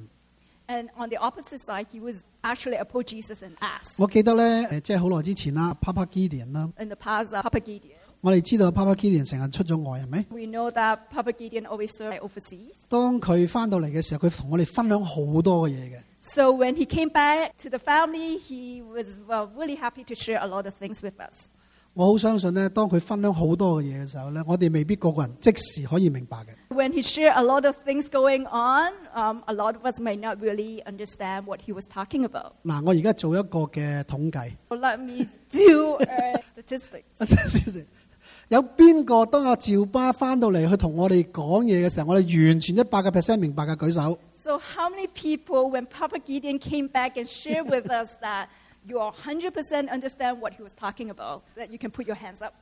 S2: And on the opposite side, he was actually approach Jesus and ask.
S3: 我記得呢，誒即係好耐之前啦，Papa Gideon 啦，
S2: In the past, uh, Papa Gideon,
S3: 我哋知道 Papa Gideon 成日出咗外係咪？
S2: we know that Papa Gideon always served overseas.
S3: 當佢翻到嚟嘅時候，佢同我哋分享好多嘅嘢嘅。
S2: So when he came back to the family, he was well, really happy to share a lot of things with us.
S3: 我好相信呢，當佢分享好多嘅嘢嘅時候呢，我哋未必個個人即時可以明白嘅。
S2: When he shared a lot of things going on, um, a lot of us may not really understand what he was talking about.
S3: 嗱，我而家做一個嘅統計，
S2: So let me do a statistic.
S3: 有邊個當阿趙巴翻到嚟，佢同我哋講嘢嘅時候，我哋完全一百個 percent 明白嘅舉手。
S2: So, how many people, when Papa Gideon came back and shared with us that you are 100% understand what he was talking about, that you can put your hands up?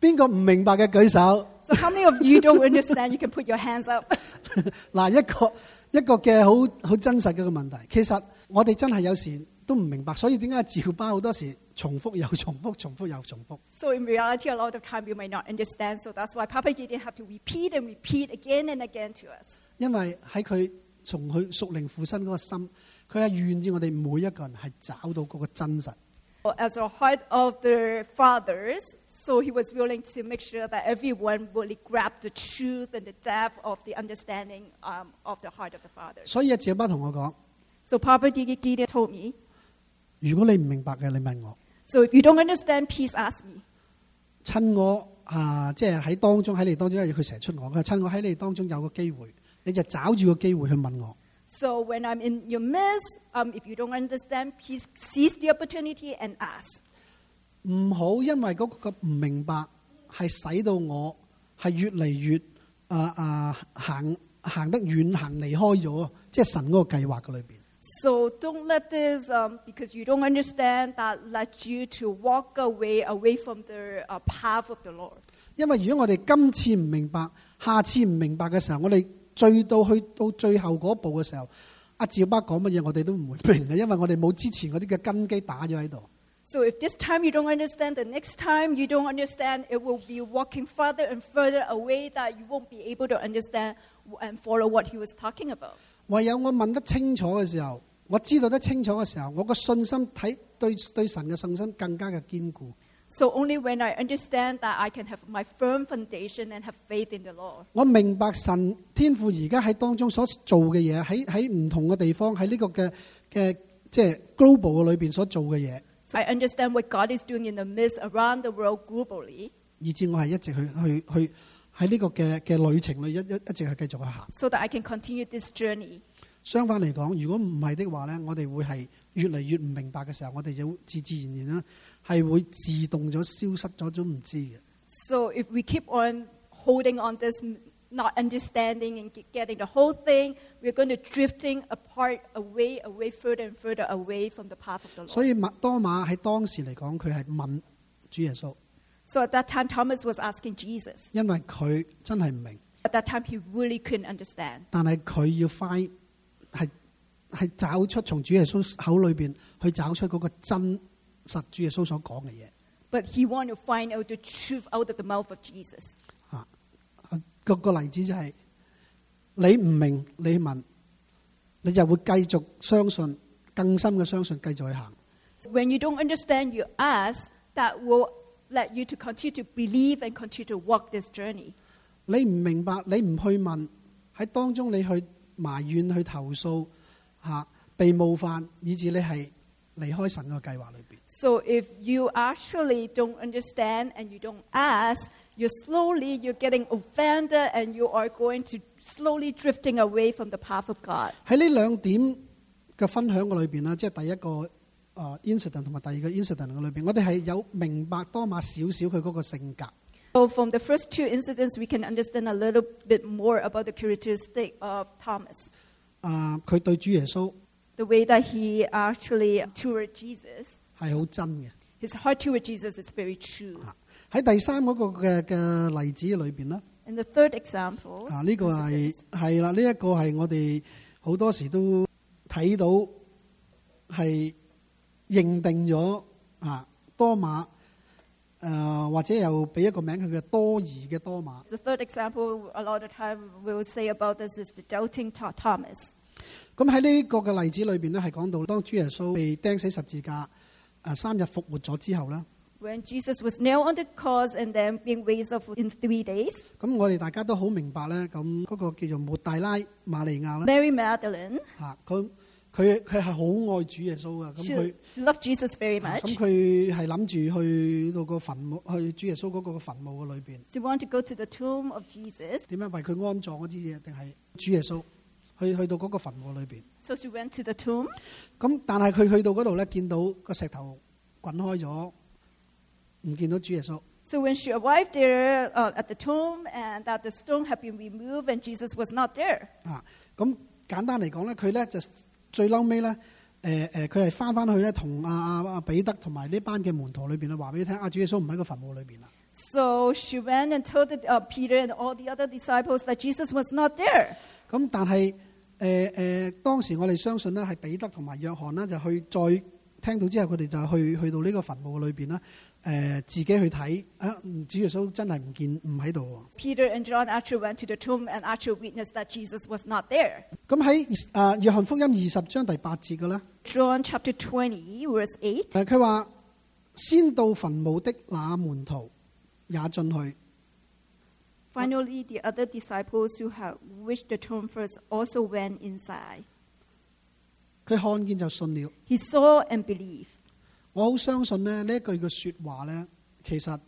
S3: 邊個唔明白嘅舉手？
S2: So, how many of you don't understand? You can put your hands up.
S3: 嗱，一個一個嘅好好真實嘅一個問題。其實我哋真係有時都唔明白，所以點解阿趙巴好多時重複又重複， 重複又重複。
S2: So, in reality, a lot of time you may not understand. So, that's why Papa Gideon had to repeat and repeat again and again to us.
S3: 因為喺佢從佢屬靈附身嗰個心，佢係願意我哋每一個人係找到嗰個真實。
S2: as a heart of the fathers, so he was willing to make sure that everyone really grabbed the truth and the depth of the understanding um, of the heart of the fathers.
S3: 所以阿趙巴同我講：
S2: So Papa Gideon told me,
S3: 如果你唔明白嘅，你問我。
S2: so if you don't understand, please ask me.
S3: 趁我啊，即係喺當中喺你當中，因為佢成日出我，佢話趁我喺你當中有個機會，你就找住個機會去問我。
S2: So So when I'm in your midst, um, if you don't understand, please seize the opportunity and ask.
S3: 唔好因為嗰個唔明白係使到我係越嚟越啊啊行行得遠，行離開咗，即係神嗰個計劃嘅裏邊。
S2: So don't let this, um, because you don't understand, that led you to walk away, away from the uh, path of the Lord.
S3: 因為如果我哋今次唔明白，下次唔明白嘅時候，我哋最到去到最後嗰一步嘅時候，阿趙巴講乜嘢我哋都唔會明嘅，因為我哋冇之前嗰啲嘅根基打咗喺度。
S2: So if this time you don't understand, the next time you don't understand, it will be walking further and further away that you won't be able to understand and follow what he was talking about.
S3: 唯有我問得清楚嘅時候，我知道得清楚嘅時候，我個信心睇對對神嘅信心更加嘅堅固。
S2: So only when I understand that I can have my firm foundation and have faith in the Lord.
S3: 我明白神天父而家喺當中所做嘅嘢，喺喺唔同嘅地方，喺呢個嘅嘅即係 global 嘅裏邊所做嘅嘢，
S2: So I understand what God is doing in the midst around the world globally
S3: 以至我係一直去去去喺呢個嘅嘅旅程裏一一一直去繼續去行。
S2: so that I can continue this journey.
S3: 相反嚟講，如果唔係的話呢，我哋會係越嚟越唔明白嘅時候，我哋就自自然然啦，係會自動咗消失咗，咗唔知嘅。
S2: So if we keep on holding on this m- not understanding and ge- getting the whole thing, we're going to drifting apart away, away further and further away from the path of the Lord.
S3: 所以麥多馬喺當時嚟講，佢係問主耶穌，
S2: So at that time, Thomas was asking Jesus.
S3: 因為佢真係唔明。
S2: At that time, he really couldn't understand.
S3: 但係佢要快係係找出從主耶穌口裏邊去找出嗰個真實主耶穌所講嘅嘢
S2: But he wanted to find out the truth out of the mouth of Jesus.
S3: 啊！啊個個例子就係、你唔明你問，你就會繼續相信，更深嘅相信，繼續去行。
S2: When you don't understand, you ask, that will let you to continue to believe and continue to walk this journey.
S3: 你唔明白，你唔去問，喺當中你去埋怨、去投訴嚇、啊被冒犯，以至你係離開神嘅計劃裏邊。
S2: So if you actually don't understand and you don't ask, you're slowly, you're getting offended and you are going to slowly drifting away from the path of God.
S3: 喺呢兩點嘅分享嘅裏邊啦，即係第一個啊 incident 同埋第二個 incident 嘅裏邊，我哋係有明白多馬少少佢嗰個性格。
S2: So from the first two incidents, we can understand a little bit more about the characteristic of Thomas,
S3: 啊，佢對主耶穌
S2: the way that he actually toured Jesus.
S3: 係好真嘅。
S2: His heart toward Jesus is very true.
S3: 啊喺第三嗰個嘅嘅例子裏邊啦，
S2: And the third example,
S3: 啊呢、個係
S2: incident,
S3: 係啦，呢、一個係我哋好多時都睇到係認定咗啊多馬，誒、或者又俾一個名佢嘅多疑嘅多馬。
S2: the third example, a lot of time we will say about this is the doubting Tho- Thomas.
S3: 咁喺呢個嘅例子裏邊咧，係講到當主耶穌被釘死十字架，誒三日復活咗之後咧，
S2: When Jesus was nailed on the cross and then being raised up in three days,
S3: 咁我哋大家都好明白咧，咁嗰個叫做抹大拉瑪利亞咧，
S2: Mary Magdalene,
S3: 嚇佢佢佢係好愛主耶穌嘅，咁
S2: she,
S3: 佢
S2: she loved Jesus very
S3: 啊
S2: much.
S3: 咁佢係諗住去到個墳墓，去主耶穌嗰個墳墓嘅裏邊，
S2: She wanted to go to the tomb of Jesus,
S3: 點樣為佢安葬嗰啲嘢，定係主耶穌去去到嗰個墳墓裏邊？
S2: so she went to the tomb.
S3: 咁但係佢去到嗰度咧，見到個石頭滾開咗，啊唔見到主耶穌。
S2: So when she arrived there uh, at the tomb, and that the stone had been removed, and Jesus was not there.
S3: 啊，咁簡單嚟講咧，佢咧就最嬲尾咧，誒、誒，佢係翻翻去咧，同阿阿阿彼得同埋呢班嘅門徒裏邊咧，話俾你聽，阿、啊主耶穌唔喺個墳墓裏邊啦。
S2: So she went and told the, uh, Peter and all the other disciples that Jesus was not there.
S3: 咁但係誒誒，當時我哋相信咧，係彼得同埋約翰啦，就去再聽到之後，佢哋就去去到呢個墳墓裏邊啦，誒、自己去睇啊，嗯主耶穌真係唔見唔喺度喎。
S2: Peter and John actually went to the tomb and actually witnessed that Jesus was not there.
S3: 咁喺啊約翰福音二十章第八節嘅咧。
S2: John chapter 20, verse 8.
S3: 誒佢話：先到墳墓的那門徒也進去，
S2: Finally, the other disciples who had reached the tomb first also went inside.
S3: 佢看見就信了。
S2: He saw and believed.
S3: 我好相信咧呢一句嘅説話咧，其實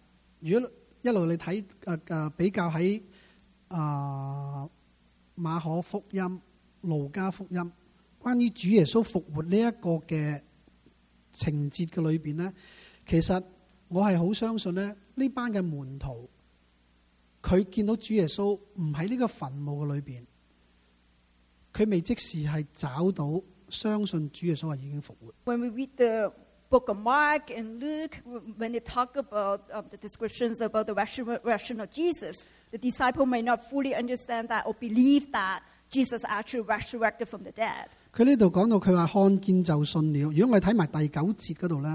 S3: 如果一路你睇誒誒比較呃喺啊、馬可福音、路加福音關於主耶穌復活呢一個嘅情節嘅裏邊呢，其實我係好相信咧，呢班嘅門徒佢見到主耶穌唔喺呢個墳墓嘅裏邊，佢未即時係找到相信主耶穌係已經復活。
S2: When we read the book of Mark and Luke, when they talk about um, the descriptions about the resurrection of Jesus, the disciple may not fully understand that or believe that Jesus actually resurrected from the dead.
S3: 佢呢度講到佢話看見就信了。如果我哋睇埋第九節嗰度咧，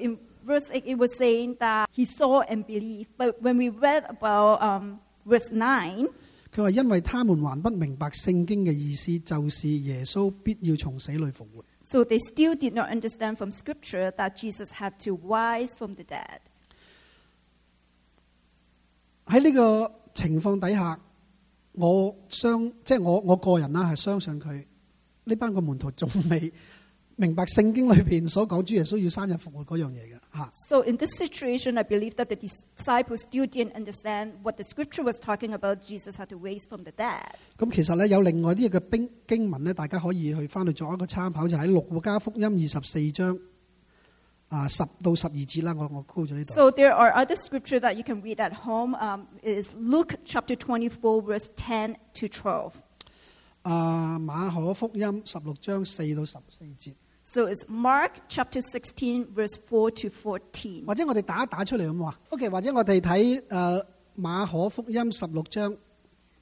S2: In verse 8, it was saying that he saw and believed. But when we read about um, verse 9,
S3: 佢話因為他們還不明白聖經嘅意思，就是耶穌必要從死裏復活。
S2: so they still did not understand from Scripture that Jesus had to rise from the dead.
S3: 喺呢個情況底下，我相即係我我個人啦係相信佢呢班個門徒仲未明白聖經裏邊所講主耶穌要三日復活嗰樣嘢嘅嚇。
S2: So in this situation, I believe that the disciples still didn't understand what the Scripture was talking about. Jesus had to rise from the dead.
S3: 咁其實咧有另外啲嘅經經文咧，大家可以去翻去作一個參考，就喺、路加福音二十四章啊十到十二節啦。我我高咗呢度。
S2: So there are other scripture that you can read at home. Um, it is Luke chapter 24, verse 10 to 12.
S3: 啊馬可福音十六章四到十四節，
S2: So it's Mark chapter 16, verse 4 to 14.
S3: 或者我哋打一打出嚟咁話。OK，或者啊我哋睇誒馬可福音十六章。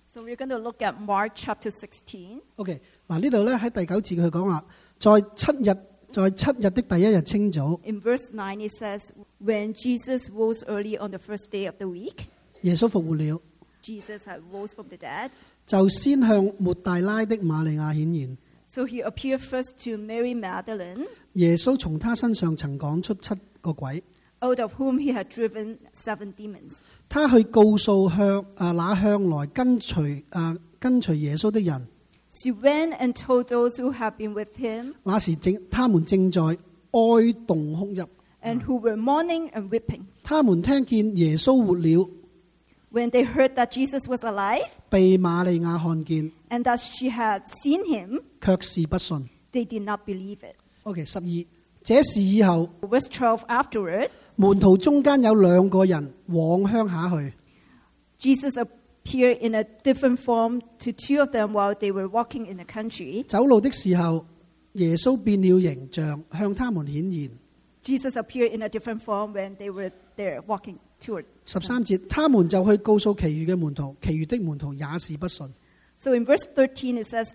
S2: So we're going to look at Mark chapter 16.
S3: OK，嗱呢度咧喺第九節佢講話，在七日，在七日的第一日清早，
S2: In verse 9, it says, When Jesus rose early on the first day of the week,
S3: 耶穌復活了，
S2: Jesus had rose from the dead.
S3: 就先向抹大拉的瑪利亞顯現。
S2: So he appeared first to Mary Magdalene,
S3: 耶穌從他身上曾講出七個鬼。
S2: out of whom he had driven seven demons.
S3: 他去告訴向啊那向來跟隨啊跟隨耶穌的人，
S2: She went and told those who had been with him
S3: 那時正他們正在哀慟哭泣。
S2: and who were mourning and weeping.
S3: 他們聽見耶穌活了，
S2: When they heard that Jesus was alive
S3: 被瑪利亞看見，
S2: and that she had seen him,
S3: 卻是不信。
S2: they did not believe it.
S3: O.K. 十二，這事以後，
S2: Verse 12 afterward,
S3: 門徒中間有兩個人往鄉下去，
S2: Jesus appeared in a different form to two of them while they were walking in the country.
S3: 走路的時候，耶穌變了形象，向他們顯現。
S2: Jesus appeared in a different form when they were there walking toward.
S3: 十三節，他們就去告訴其餘嘅門徒，其餘的門徒也是不信。
S2: So in verse 13 it says,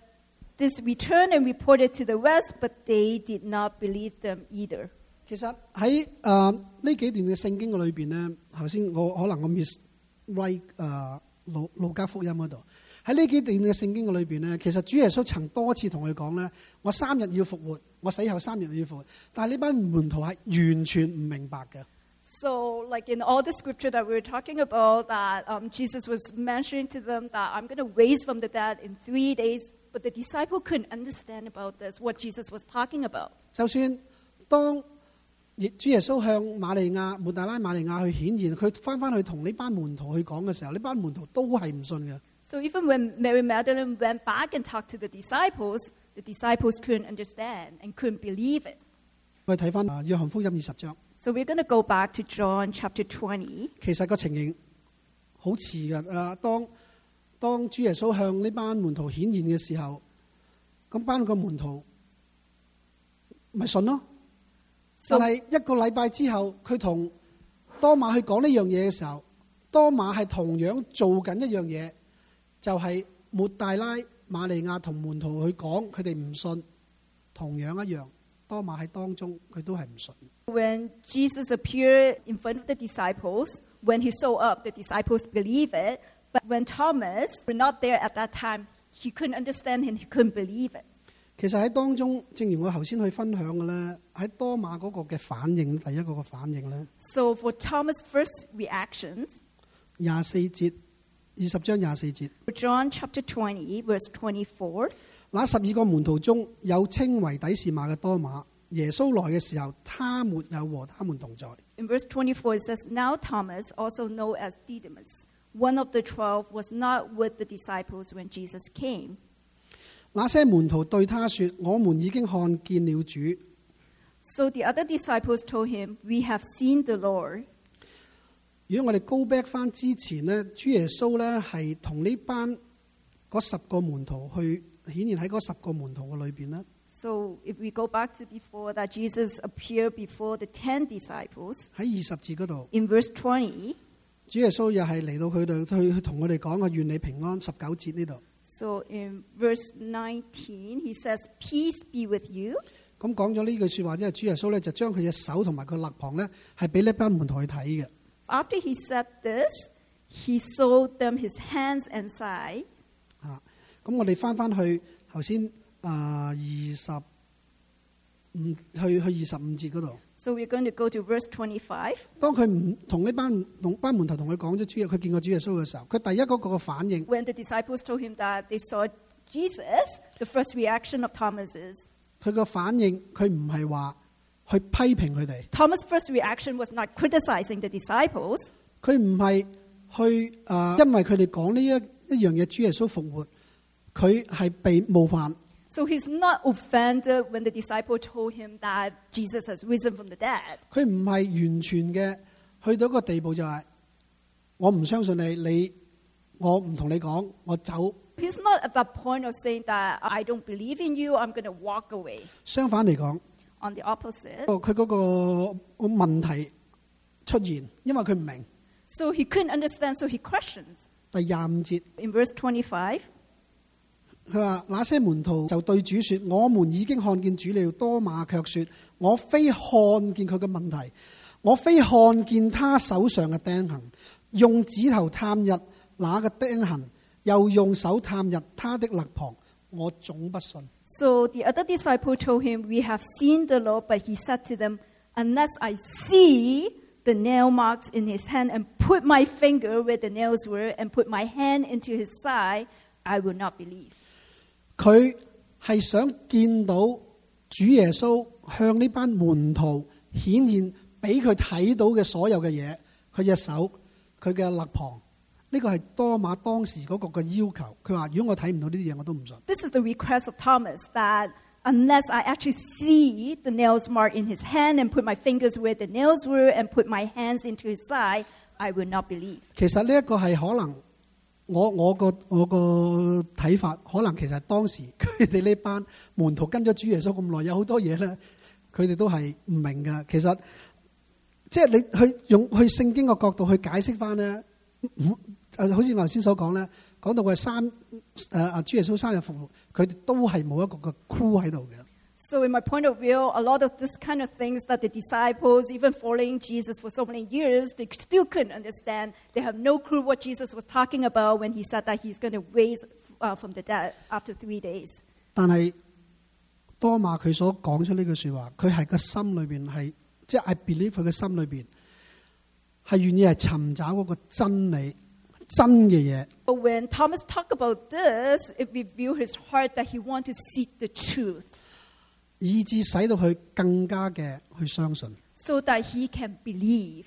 S2: This returned and reported to the rest, but they did not believe them either.
S3: 其實喺誒呢幾段嘅聖經嘅裏邊咧，頭先我可能我 miss right 誒、路路加福音嗰度，喺呢幾段嘅聖經嘅裏邊咧，其實主耶穌曾多次同佢講咧，我三日要復活，我死後三日要復活，但係呢班門徒係完全唔明白嘅。
S2: So, like in all the scripture that we were talking about, that um, Jesus was mentioning to them that I'm going to raise from the dead in three days, but the disciple couldn't understand about this, what Jesus was talking about.
S3: 就算當耶主耶穌向瑪利亞、抹大拉瑪利亞去顯現，佢翻翻去同呢班門徒去講嘅時候，呢班門徒都係唔信嘅。
S2: So, even when Mary Magdalene went back and talked to the disciples, the disciples couldn't understand and couldn't believe it.
S3: 我哋睇翻啊，約翰福音二十章。
S2: So, we're going to go back to John chapter 20.
S3: 其實個情形好似嘅。啊，當當主耶穌向呢班門徒顯現嘅時候，咁班個門徒咪信咯。
S2: So,
S3: 但係一個禮拜之後，佢同多馬去講呢樣嘢嘅時候，多馬係同樣做緊一樣嘢，就係、抹大拉、瑪利亞同門徒去講，佢哋唔信，同樣一樣。多馬喺當中，佢都係唔信。
S2: when Jesus appeared in front of the disciples, when he showed up, the disciples believed it. But when Thomas were not there at that time, he couldn't understand and he couldn't believe it.
S3: 其實喺當中，正如我頭先去分享嘅咧，喺多馬嗰個嘅反應，第一個嘅反應咧，
S2: So for Thomas' first reactions,
S3: 廿四節二十章廿四節，
S2: for John chapter 20, verse 24,
S3: 那十二個門徒中有稱為底士馬嘅多馬，耶穌來嘅時候，他沒有和他們同在。
S2: in verse 24 it says, Now Thomas, also known as Didymus, one of the twelve, was not with the disciples when Jesus came.
S3: 嗱，那些門徒對他說：我們已經看見了主。
S2: So the other disciples told him, We have seen the Lord.
S3: 如果我哋 go back 翻之前呢，主耶穌呢係同呢班嗰十個門徒去，顯然喺嗰十個門徒嘅裏邊呢，
S2: So if we go back to before that, Jesus appeared before the 10 disciples.
S3: 喺二十節嗰度，
S2: In verse 20,
S3: 主耶穌又係嚟到佢哋去去同我哋講啊，願你平安。十九節呢度，
S2: so in verse 19, he says, Peace be with you.
S3: 咁講咗呢句説話之後，主耶穌呢就將佢隻手同埋佢肋旁呢係俾呢班門徒去睇嘅。
S2: After he said this, he showed them his hands and side.
S3: 啊，咁我哋翻翻去頭先啊二十五去去二十五節嗰度，
S2: So we're going to go to verse 25,
S3: 當佢唔同呢班同班門徒同佢講咗主耶，佢見過主耶穌嘅時候，佢第一嗰個嘅反應，
S2: when the disciples told him that they saw Jesus. The first reaction of Thomas is
S3: 佢個反應，佢唔係話去批評佢哋，
S2: Thomas' first reaction was not criticizing the disciples.
S3: 佢唔係去啊、因為佢哋講呢一一樣嘢，主耶穌復活，佢係被冒犯，
S2: So he's not offended when the disciple told him that Jesus has risen from the dead.
S3: 佢唔係完全嘅去到一個地步就係、我唔相信你，你我唔同你講，我走。
S2: He's not at that point of saying that I don't believe in you, I'm going to walk away.
S3: 相反嚟講，
S2: On the opposite.
S3: 佢嗰個問題出現，因為佢唔明。
S2: So he couldn't understand, so he questions.
S3: 第廿五節，
S2: In verse 25,
S3: 佢話：那些門徒就對主說：我們已經看見主了。多馬卻說：我非看見佢嘅問題，我非看見他手上嘅釘痕，用指頭探入那個釘痕，又用手探入他的肋旁，我總不信。
S2: So the other disciple told him, We have seen the Lord, but he said to them, Unless I see the nail marks in his hand and put my finger where the nails were and put my hand into his side, I will not believe.
S3: 佢係想見到主耶穌向呢班門徒顯現俾佢睇到嘅所有嘅嘢，佢隻手、佢嘅肋旁，呢個係多馬當時嗰個嘅要求。佢話：如果我睇唔到呢啲嘢，我都唔信。
S2: This is the request of Thomas that unless I actually see the nails mark in his hand and put my fingers where the nails were and put my hands into his side, I will not believe.
S3: 其實呢一個係可能，我我個我個睇法，可能其實當時佢哋呢班門徒跟咗主耶穌咁耐，有好多嘢咧，佢哋都係唔明噶。其實即係你去用去聖經個角度去解釋翻咧，唔誒好似我頭先所講咧，講到佢三誒啊主耶穌生日服務，佢哋都係冇一個個 clue 喺度嘅。
S2: So, in my point of view, a lot of this kind of things that the disciples, even following Jesus for so many years, they still couldn't understand. They have no clue what Jesus was talking about when he said that he's going to raise uh, from the dead after three days.
S3: 但係多馬佢所講出呢句说話，佢係個心裏边係，即係 I believe 佢嘅心裏边係願意係尋找嗰個真理、真嘅嘢。
S2: But when Thomas talked about this, it revealed his heart that he wanted to seek the truth
S3: 以致使到佢更加嘅去相信，
S2: so that he can believe,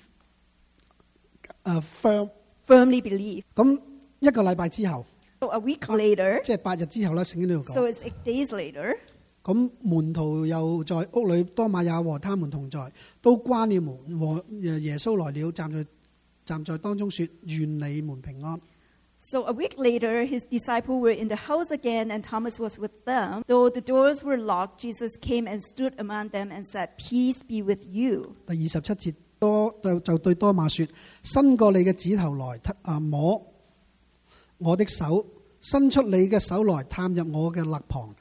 S3: 诶、firm。
S2: firmly believe.
S3: 咁一個禮拜之後，
S2: So, a week later,
S3: 即係八日之後啦，聖經呢度
S2: so
S3: 講。
S2: it's eight days later,
S3: 咁門徒又在屋裏，多馬也和他們同在，都關了門。和呃耶穌來了，站在站在當中說：願你們平安。
S2: So a week later, his disciples were in the house again, and Thomas was with them. Though the doors were locked, Jesus came and stood among them and said, Peace be with you.
S3: 第二十七節多就就對多馬說：伸過你嘅指頭來啊摸我的手，伸出你嘅手來探入我嘅肋旁，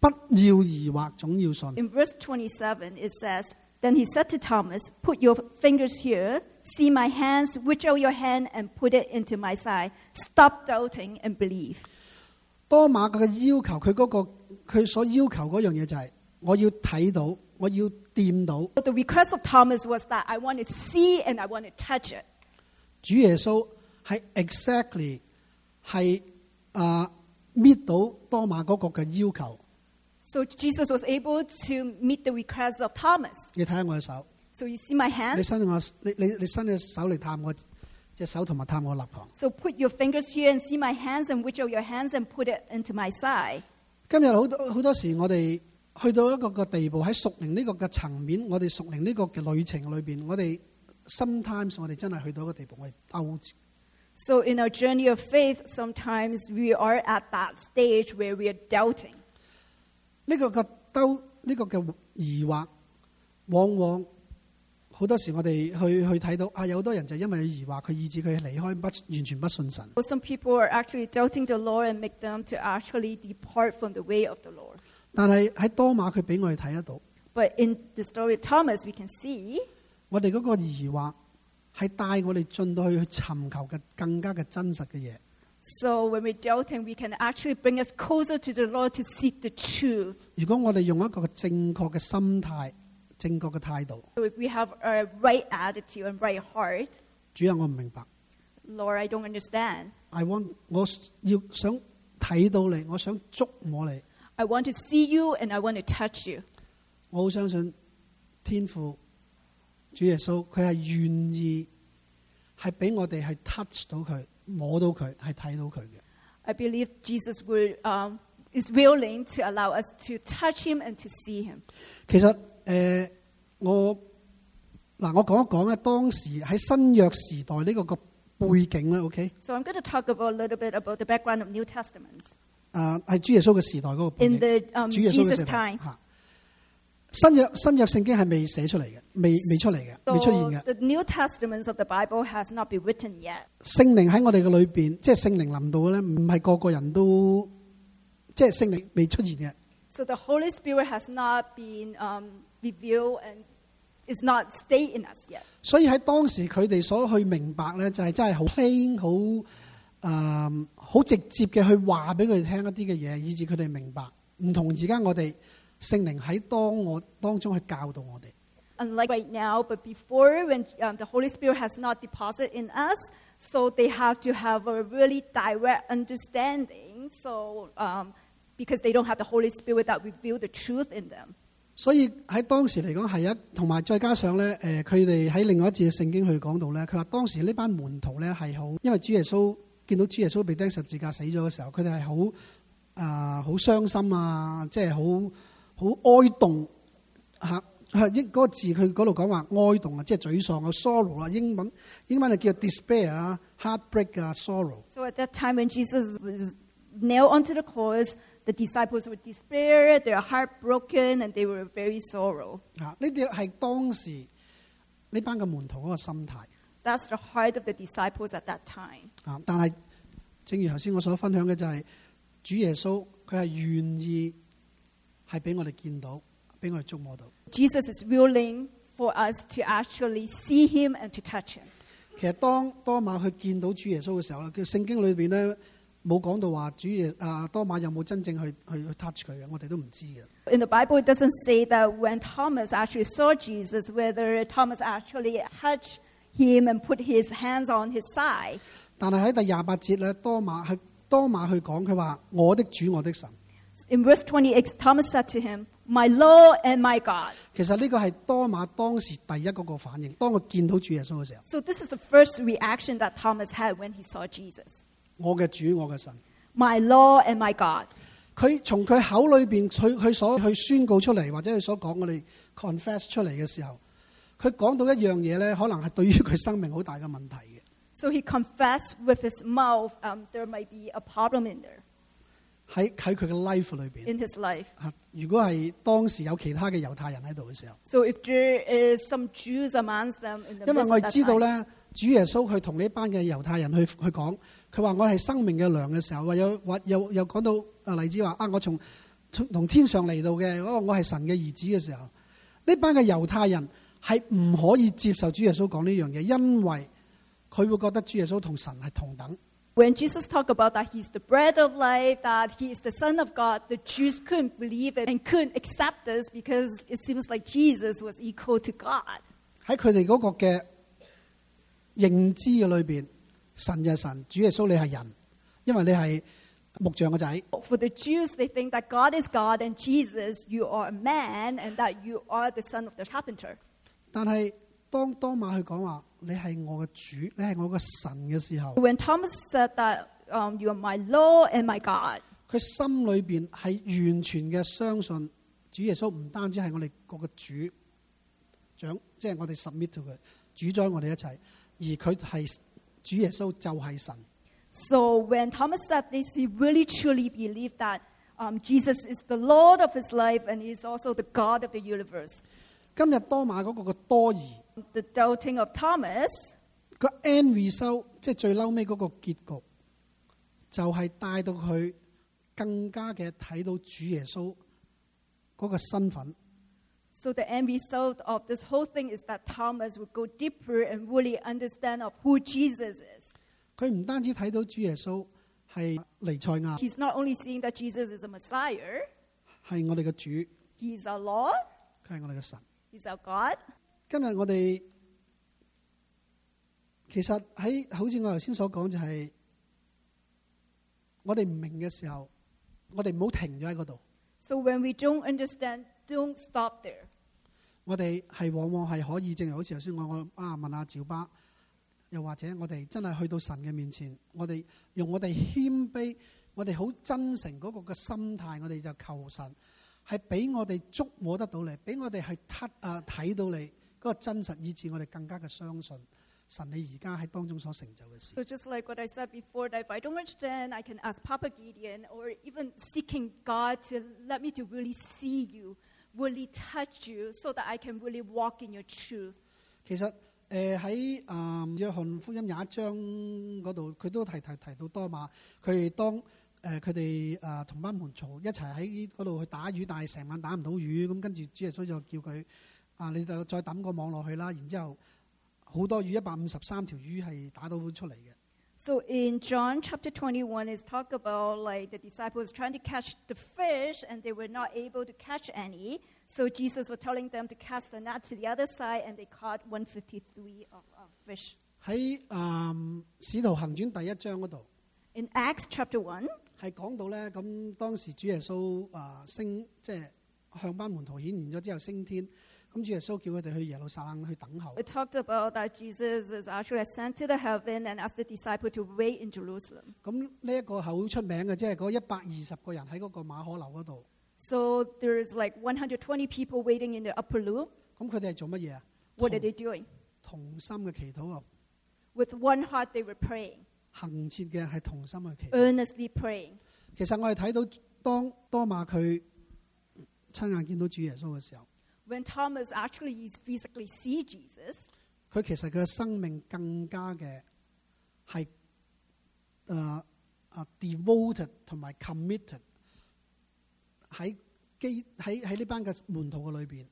S3: 不要疑惑，總要信。
S2: In verse 27, it says, Then he said to Thomas, Put your fingers here, see my hands, reach out your hand and put it into my side. Stop doubting and believe.
S3: 多馬佢嘅要求，佢嗰、個佢所要求嗰樣嘢就係、我要睇到，我要掂到。
S2: But the request of Thomas was that I want to see and I want to touch it.
S3: 主耶穌係 exactly 係啊搣到多馬嗰個嘅要求。
S2: So Jesus was able to meet the request of Thomas.
S3: 你睇下我嘅手，
S2: So you see my hand?
S3: 你伸我你你你伸隻手嚟探我隻手同埋探我肋旁。
S2: So put your fingers here and see my hands, and reach out your hands and put it into my side.
S3: 今日好多好多時，我哋去到一個個地步，喺熟靈呢個嘅層面，我哋熟靈呢個嘅旅程裏邊，我哋 sometimes 我哋真係去到一個地步，我哋鬥志
S2: So, in our journey of faith, sometimes we are at that stage where we are doubting.
S3: 呢、個嘅兜呢、個嘅疑惑，往往好多時我哋去去睇到啊，有好多人就因為佢疑惑，佢以致佢離開不完全不信神。
S2: Well, some people are actually doubting the Lord and make them to actually depart from the way of the Lord.
S3: 但係喺多馬佢俾我哋睇得到，
S2: But in the story of Thomas, we can see
S3: 我哋嗰個疑惑係帶我哋進到去去尋求嘅更加嘅真實嘅嘢。
S2: So when we doubt Him, we can actually bring us closer to the Lord to seek the truth.
S3: 如果我哋用一個正確嘅心態、正確嘅態度，
S2: So if we have a right attitude and right heart,
S3: 主啊，我唔明白
S2: Lord, I don't understand.
S3: ，I want 我要想睇到你，我想捉摸你，
S2: I want to see you and I want to touch you.
S3: 我好相信天父主耶穌，佢係願意係俾我哋係 touch 到佢、摸到佢、係睇到佢嘅。
S2: I believe Jesus will, um, is willing to allow us to touch Him and to see Him.
S3: 其實诶、呃我嗱我講一講咧，當時喺新約時代呢個個背景咧，OK，
S2: So I'm going to talk about a little bit about the background of New Testament.
S3: 啊係主耶穌嘅時代嗰個背
S2: In
S3: 景。
S2: the um,
S3: 主耶穌嘅
S2: Jesus
S3: 時代
S2: time,
S3: 嚇。新約新約聖經係未寫出嚟嘅，未未出嚟嘅，未出現
S2: so
S3: 嘅。
S2: the New Testaments of the Bible has not been written yet.
S3: 聖靈喺我哋嘅裏邊，即係聖靈臨到嘅咧，唔係個個人都即係聖靈未出現嘅。
S2: So the Holy Spirit has not been um, revealed and is not stayed in us yet.
S3: 所以喺當時佢哋所去明白咧，就係、真係好 plain 好誒好直接嘅去話俾佢哋聽一啲嘅嘢，以至佢哋明白。唔同而家我哋聖靈喺當我當中去教導我哋。
S2: Unlike right now, but before when um, the Holy Spirit has not deposited in us, so they have to have a really direct understanding. So um, because they don't have the Holy Spirit that reveal the truth in them.
S3: 所以喺當時嚟講係一，同埋再加上咧，誒佢哋喺另外一節聖經去講到咧，佢話當時呢班門徒咧係好，因為主耶穌見到主耶穌被釘十字架死咗嘅時候，佢哋係好啊好傷心啊，即係好好哀動嚇。啊英嗰個字佢嗰度講話哀動啊，即係沮喪啊，sorrow 啊，英文英文就叫 despair 啊，heartbreak 啊，sorrow。
S2: So at that time when Jesus was nailed onto the cross, the disciples were despaired, they were heartbroken, and they were very sorrow.
S3: 啊，呢啲係當時呢班嘅門徒嗰個心態。
S2: That's the heart of the disciples at that time.
S3: 啊！但係正如頭先我所分享嘅就係、主耶穌佢係願意係俾我哋見到，俾我哋觸摸到。
S2: Jesus is willing for us to actually see him and to touch him.
S3: 其實當多馬去見到主耶穌嘅時候咧，佢聖經裏邊咧冇講到話主耶啊多馬有冇真正去去去 touch 佢嘅，我哋都唔知嘅。
S2: In the Bible, it doesn't say that when Thomas actually saw Jesus, whether Thomas actually touched him and put his hands on his side.
S3: 但係喺第廿八節咧，多馬去多馬去講佢話：我的主，我的神。
S2: In verse 28, Thomas said to him, My Lord and my God.
S3: 其實呢個係多馬當時第一嗰個反應。當我見到主耶穌嘅時候，
S2: So, this is the first reaction that Thomas had when he saw Jesus
S3: 我嘅主，我嘅神。
S2: My Lord and my God.
S3: 佢從佢口裏邊，佢佢所去宣告出嚟，或者佢所講我哋 confess 出嚟嘅時候，佢講到一樣嘢咧，可能係對於佢生命好大嘅問題嘅。
S2: So, he confessed with his mouth um, there might be a problem in there,
S3: 喺喺佢嘅 life 裏邊
S2: in his life.
S3: 啊，如果係當時有其他嘅猶太人喺度嘅時候，
S2: So if there is some Jews amongst them in the
S3: 因為
S2: midst of
S3: 我哋
S2: that
S3: 知道
S2: time,
S3: 咧，主耶穌佢同呢班嘅猶太人去去講，佢話我係生命嘅糧嘅時候，話有話又又講到啊例子話啊，我從從同天上嚟到嘅，我我係神嘅兒子嘅時候，呢班嘅猶太人係唔可以接受主耶穌講呢樣嘢，因為佢會覺得主耶穌同神係同等。
S2: when Jesus talked about that he's the bread of life, that he is the Son of God, the Jews couldn't believe it and couldn't accept this because it seems like Jesus was equal to God.
S3: 喺佢哋嗰個嘅認知嘅裏邊，神就係神，主耶穌你係人，因為你係木匠嘅仔。
S2: For the Jews, they think that God is God and Jesus, you are a man, and that you are the son of the carpenter.
S3: 但係當當馬去講話，你係我嘅主，你係我嘅神嘅時候，
S2: When Thomas said that um, you are my Lord and my God,
S3: 佢心裏边係完全嘅相信主耶穌唔單止係我哋個個主掌，即係我哋 submit to 佢主宰我哋一切，而佢係主耶穌就係神。
S2: So when Thomas said this, he really truly believed that um, Jesus is the Lord of his life and he is also the God of the universe.
S3: 今日多馬嗰個個多疑，
S2: The doubting of Thomas
S3: 個 end result 即係最嬲尾嗰個結局，就係帶到佢更加嘅睇到主耶穌嗰個身份。
S2: So the end result of this whole thing is that Thomas would go deeper and really understand of who Jesus is.
S3: 佢唔單止睇到主耶穌係尼賽亞，
S2: He's not only seeing that Jesus is a Messiah,
S3: 係我哋嘅主，
S2: He's our Lord,
S3: 佢係我哋嘅神。
S2: He's our God.
S3: 今日我哋其實喺好似我頭先所講，就係我哋唔明嘅時候，我哋唔好停咗喺嗰度。
S2: So when we don't understand, don't stop there.
S3: 我哋係往往係可以，正如好似頭先我我啊問阿趙巴，又或者我哋真係去到神嘅面前，我哋用我哋謙卑，我哋好真誠嗰個嘅心態，我哋就求神係俾我哋觸摸得到你，俾我哋係睇啊睇到你嗰、個真實，以致我哋更加嘅相信神你而家喺當中所成就嘅事。
S2: So just like what I said before, that if I don't understand, I can ask Papa Gideon or even seeking God to let me to really see you, really touch you, so that I can really walk in your truth.
S3: 其實誒喺啊約翰福音廿一章嗰度，佢都提提提到多馬，佢哋當誒佢哋啊同班門徒一齊喺嗰度去打魚，但係成晚打唔到魚，咁跟住主耶穌就叫佢啊你就再抌個網落去啦，然之後好多魚一百五十三條魚係打到出嚟嘅。
S2: So in John chapter 21, it's talk about like the disciples trying to catch the fish and they were not able to catch any. So Jesus was telling them to cast the net to the other side and they caught 153 of, of fish.
S3: 喺啊使徒行傳第一章嗰度。
S2: In Acts chapter 1,
S3: 係講到咧，咁當時主耶穌啊升，即係向班門徒顯現咗之後升天，咁主耶穌叫佢哋去耶路撒冷去等候
S2: it。talked about that Jesus is actually sent to the heaven and asked the disciple to wait in Jerusalem.
S3: 咁呢一個係好出名嘅，即係嗰一百二十個人喺嗰個馬可樓嗰度。
S2: So there's like 120 people waiting in the upper room.
S3: 咁佢哋係做乜嘢啊？
S2: What are
S3: 同
S2: they doing?
S3: 同心嘅祈禱啊，
S2: With one heart, they were praying,
S3: 行切嘅係同心嘅祈禱。
S2: earnestly praying.
S3: 其實我哋睇到當多馬佢親眼見到主耶穌嘅時候，
S2: when Thomas actually is physically see Jesus,
S3: 佢其實佢嘅生命更加嘅係誒誒 devoted 同埋 committed 喺基喺喺呢班嘅門徒嘅裏邊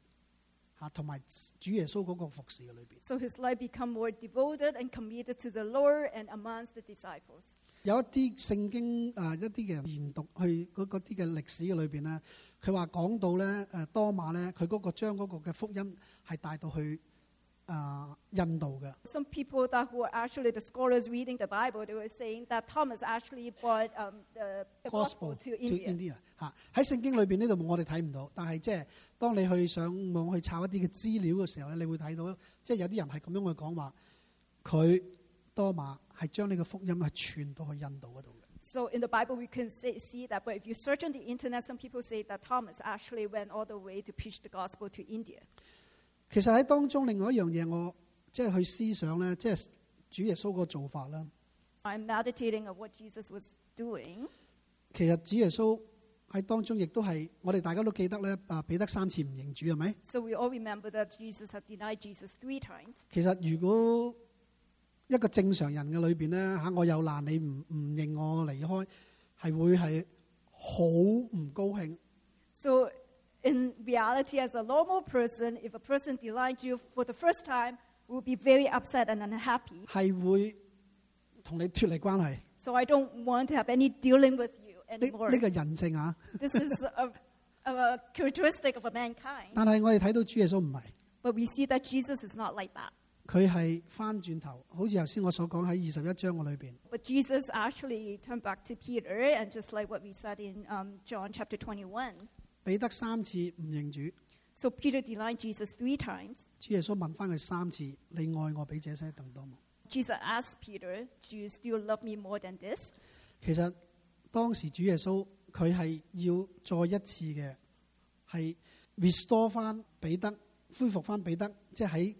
S3: 嚇，同埋主耶穌嗰個服侍嘅裏邊。
S2: so his life become more devoted and committed to the Lord and amongst the disciples.
S3: 有一啲聖經誒、呃一啲嘅研讀去嗰嗰啲嘅歷史嘅裏邊咧，佢話講到咧誒、呃多馬咧，佢嗰個將嗰個嘅福音係帶到去啊、印度嘅。
S2: Some people that who are actually the scholars reading the Bible, they were saying that Thomas actually brought um, the, the gospel
S3: gospel
S2: to India.
S3: India 嚇喺聖經裏邊呢度我哋睇唔到，但係即係當你去上網去抄一啲嘅資料嘅時候咧，你會睇到即係有啲人係咁樣去講話，佢多馬係將呢個福音係傳到去印度嗰度嘅。
S2: So in the Bible, we can say, see that. But if you search on the internet, some people say that Thomas actually went all the way to preach the gospel to India.
S3: 其實喺當中另外一樣嘢，我即係去思想咧，即係主耶穌個做法啦。
S2: I'm meditating on what Jesus was doing.
S3: 其實主耶穌喺當中亦都係我哋大家都記得咧，啊彼得三次唔認主係咪？
S2: So we all remember that Jesus had denied Jesus three times.
S3: 其實如果一個正常人嘅裏邊咧嚇，我有難你唔唔認我離開，係會係好唔高興。
S2: So, in reality, as a normal person, if a person denied you for the first time, will be very upset and unhappy.
S3: 係會同你脱離關係。
S2: So, I don't want to have any dealing with you
S3: 呢
S2: anymore.
S3: 呢個人性啊，
S2: this is a, a characteristic of a mankind.
S3: 但係我哋睇到主耶穌唔係，
S2: But we see that Jesus is not like that.
S3: 佢係翻轉頭，好似頭先我所講喺二十一章嘅裏邊，
S2: But Jesus actually turned back to Peter, and just like what we said in um, John chapter 21.
S3: 彼得三次唔認主，
S2: So, Peter denied Jesus three times.
S3: 主耶穌問翻佢三次：你愛我比這些更多麼？
S2: Jesus asked Peter, Do you still love me more than this?
S3: 其實當時主耶穌佢係要再一次嘅係 restore 翻彼得，恢復翻彼得，即係喺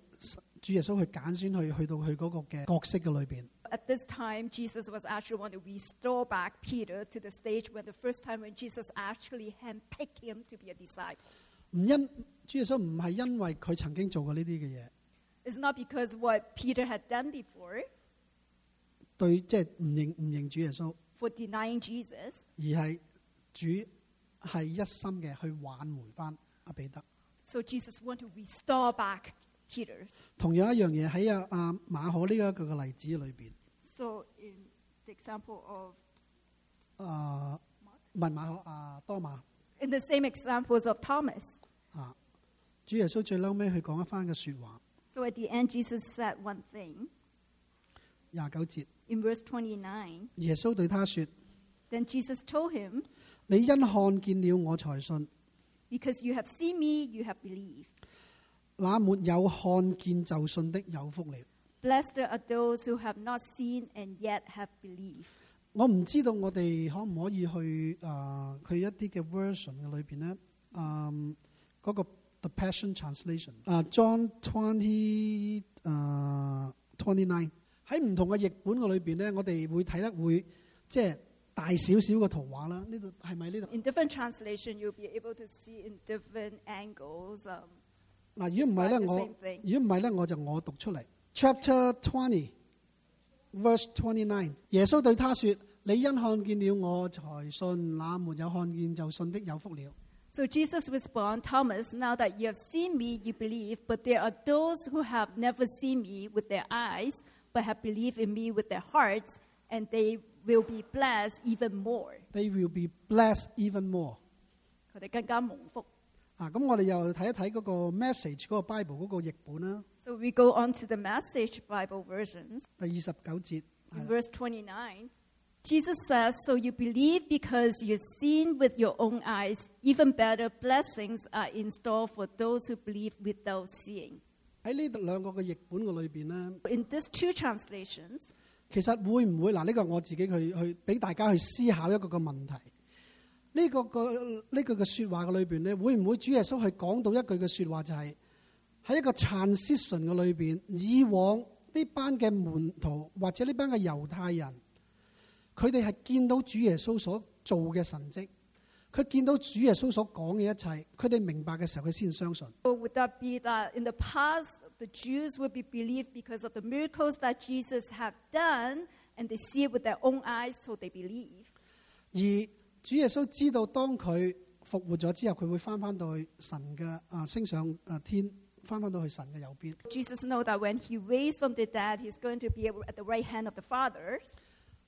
S3: 主耶穌去揀選去去到佢嗰個嘅角色嘅裏邊。
S2: At this time, Jesus was actually want to restore back Peter to the stage where the first time when Jesus actually handpicked him to be a disciple.
S3: 唔因主耶穌唔係因為佢曾經做過呢啲嘅嘢，
S2: It's not because what Peter had done before
S3: 對即係唔認唔認主耶穌，
S2: for denying Jesus.
S3: 而係主係一心嘅去挽回翻阿彼得。
S2: So Jesus want to restore back Peter.
S3: 同樣一樣嘢喺阿阿馬可呢一個嘅例子裏邊，
S2: So in the example of
S3: 啊唔係馬可啊多馬
S2: in the same examples of Thomas.
S3: 啊，主耶穌最嬲尾佢講一番嘅説話，
S2: So at the end Jesus said one thing
S3: 廿九節，
S2: in verse 29.
S3: 耶穌對他說：
S2: Then Jesus told him,
S3: 你因看見了我才信，
S2: because you have seen me, you have believed.
S3: 那沒有看見就信的有福了。
S2: Blessed are those who have not seen and yet have believed.
S3: 我唔知道我哋可唔可以去啊佢、一啲嘅 version 嘅裏邊咧，啊、嗰、個 The Passion Translation 啊、John twenty 啊 twenty nine 喺唔同嘅譯本嘅裏邊咧，我哋會睇得會即係大少少嘅圖畫啦。呢度係咪呢度？
S2: In different translation, you'll be able to see in different angles. Um,
S3: 嗱，如果唔係咧，
S2: It's
S3: 我
S2: like the same thing.
S3: 如果唔係咧，我就我讀出嚟。Chapter twenty verse twenty nine，耶穌對他說：你因看見了我才信，那沒有看見就信的有福了。
S2: so Jesus responded, Thomas, now that you have seen me, you believe, but there are those who have never seen me with their eyes, but have believed in me with their hearts, and they will be blessed even more.
S3: They will be blessed even more。
S2: 佢哋更加蒙福。
S3: 啊，咁我哋又睇一睇嗰個 message 嗰個 Bible 嗰個譯本啦，
S2: So we go on to the message Bible versions.
S3: 第二十九節。
S2: In
S3: 係啦
S2: verse 29, Jesus says, So you believe because you've seen with your own eyes. Even better blessings are in store for those who believe without seeing.
S3: 喺呢度兩個嘅譯本嘅裏邊呢，
S2: In these two translations,
S3: 其實會唔會嗱？呢、個我自己去去俾大家去思考一個個問題。呢、個個呢句嘅説話嘅裏邊呢，會唔會主耶穌去講到一句嘅説話就係、喺一個 transition 嘅裏邊，以往呢班嘅門徒或者呢班嘅猶太人，佢哋係見到主耶穌所做嘅神蹟，佢見到主耶穌所講嘅一切，佢哋明白嘅時候，佢先相信。
S2: or would that be that in the past, the Jews would be believed because of the miracles that Jesus had done, and they see it with their own eyes, so they believe.
S3: 而主耶穌知道，當佢復活咗之後，佢會翻翻到去神嘅啊升上啊天，翻翻到去神嘅右邊。
S2: Jesus knows that when he raised from the dead, he's going to be at the right hand of the Father.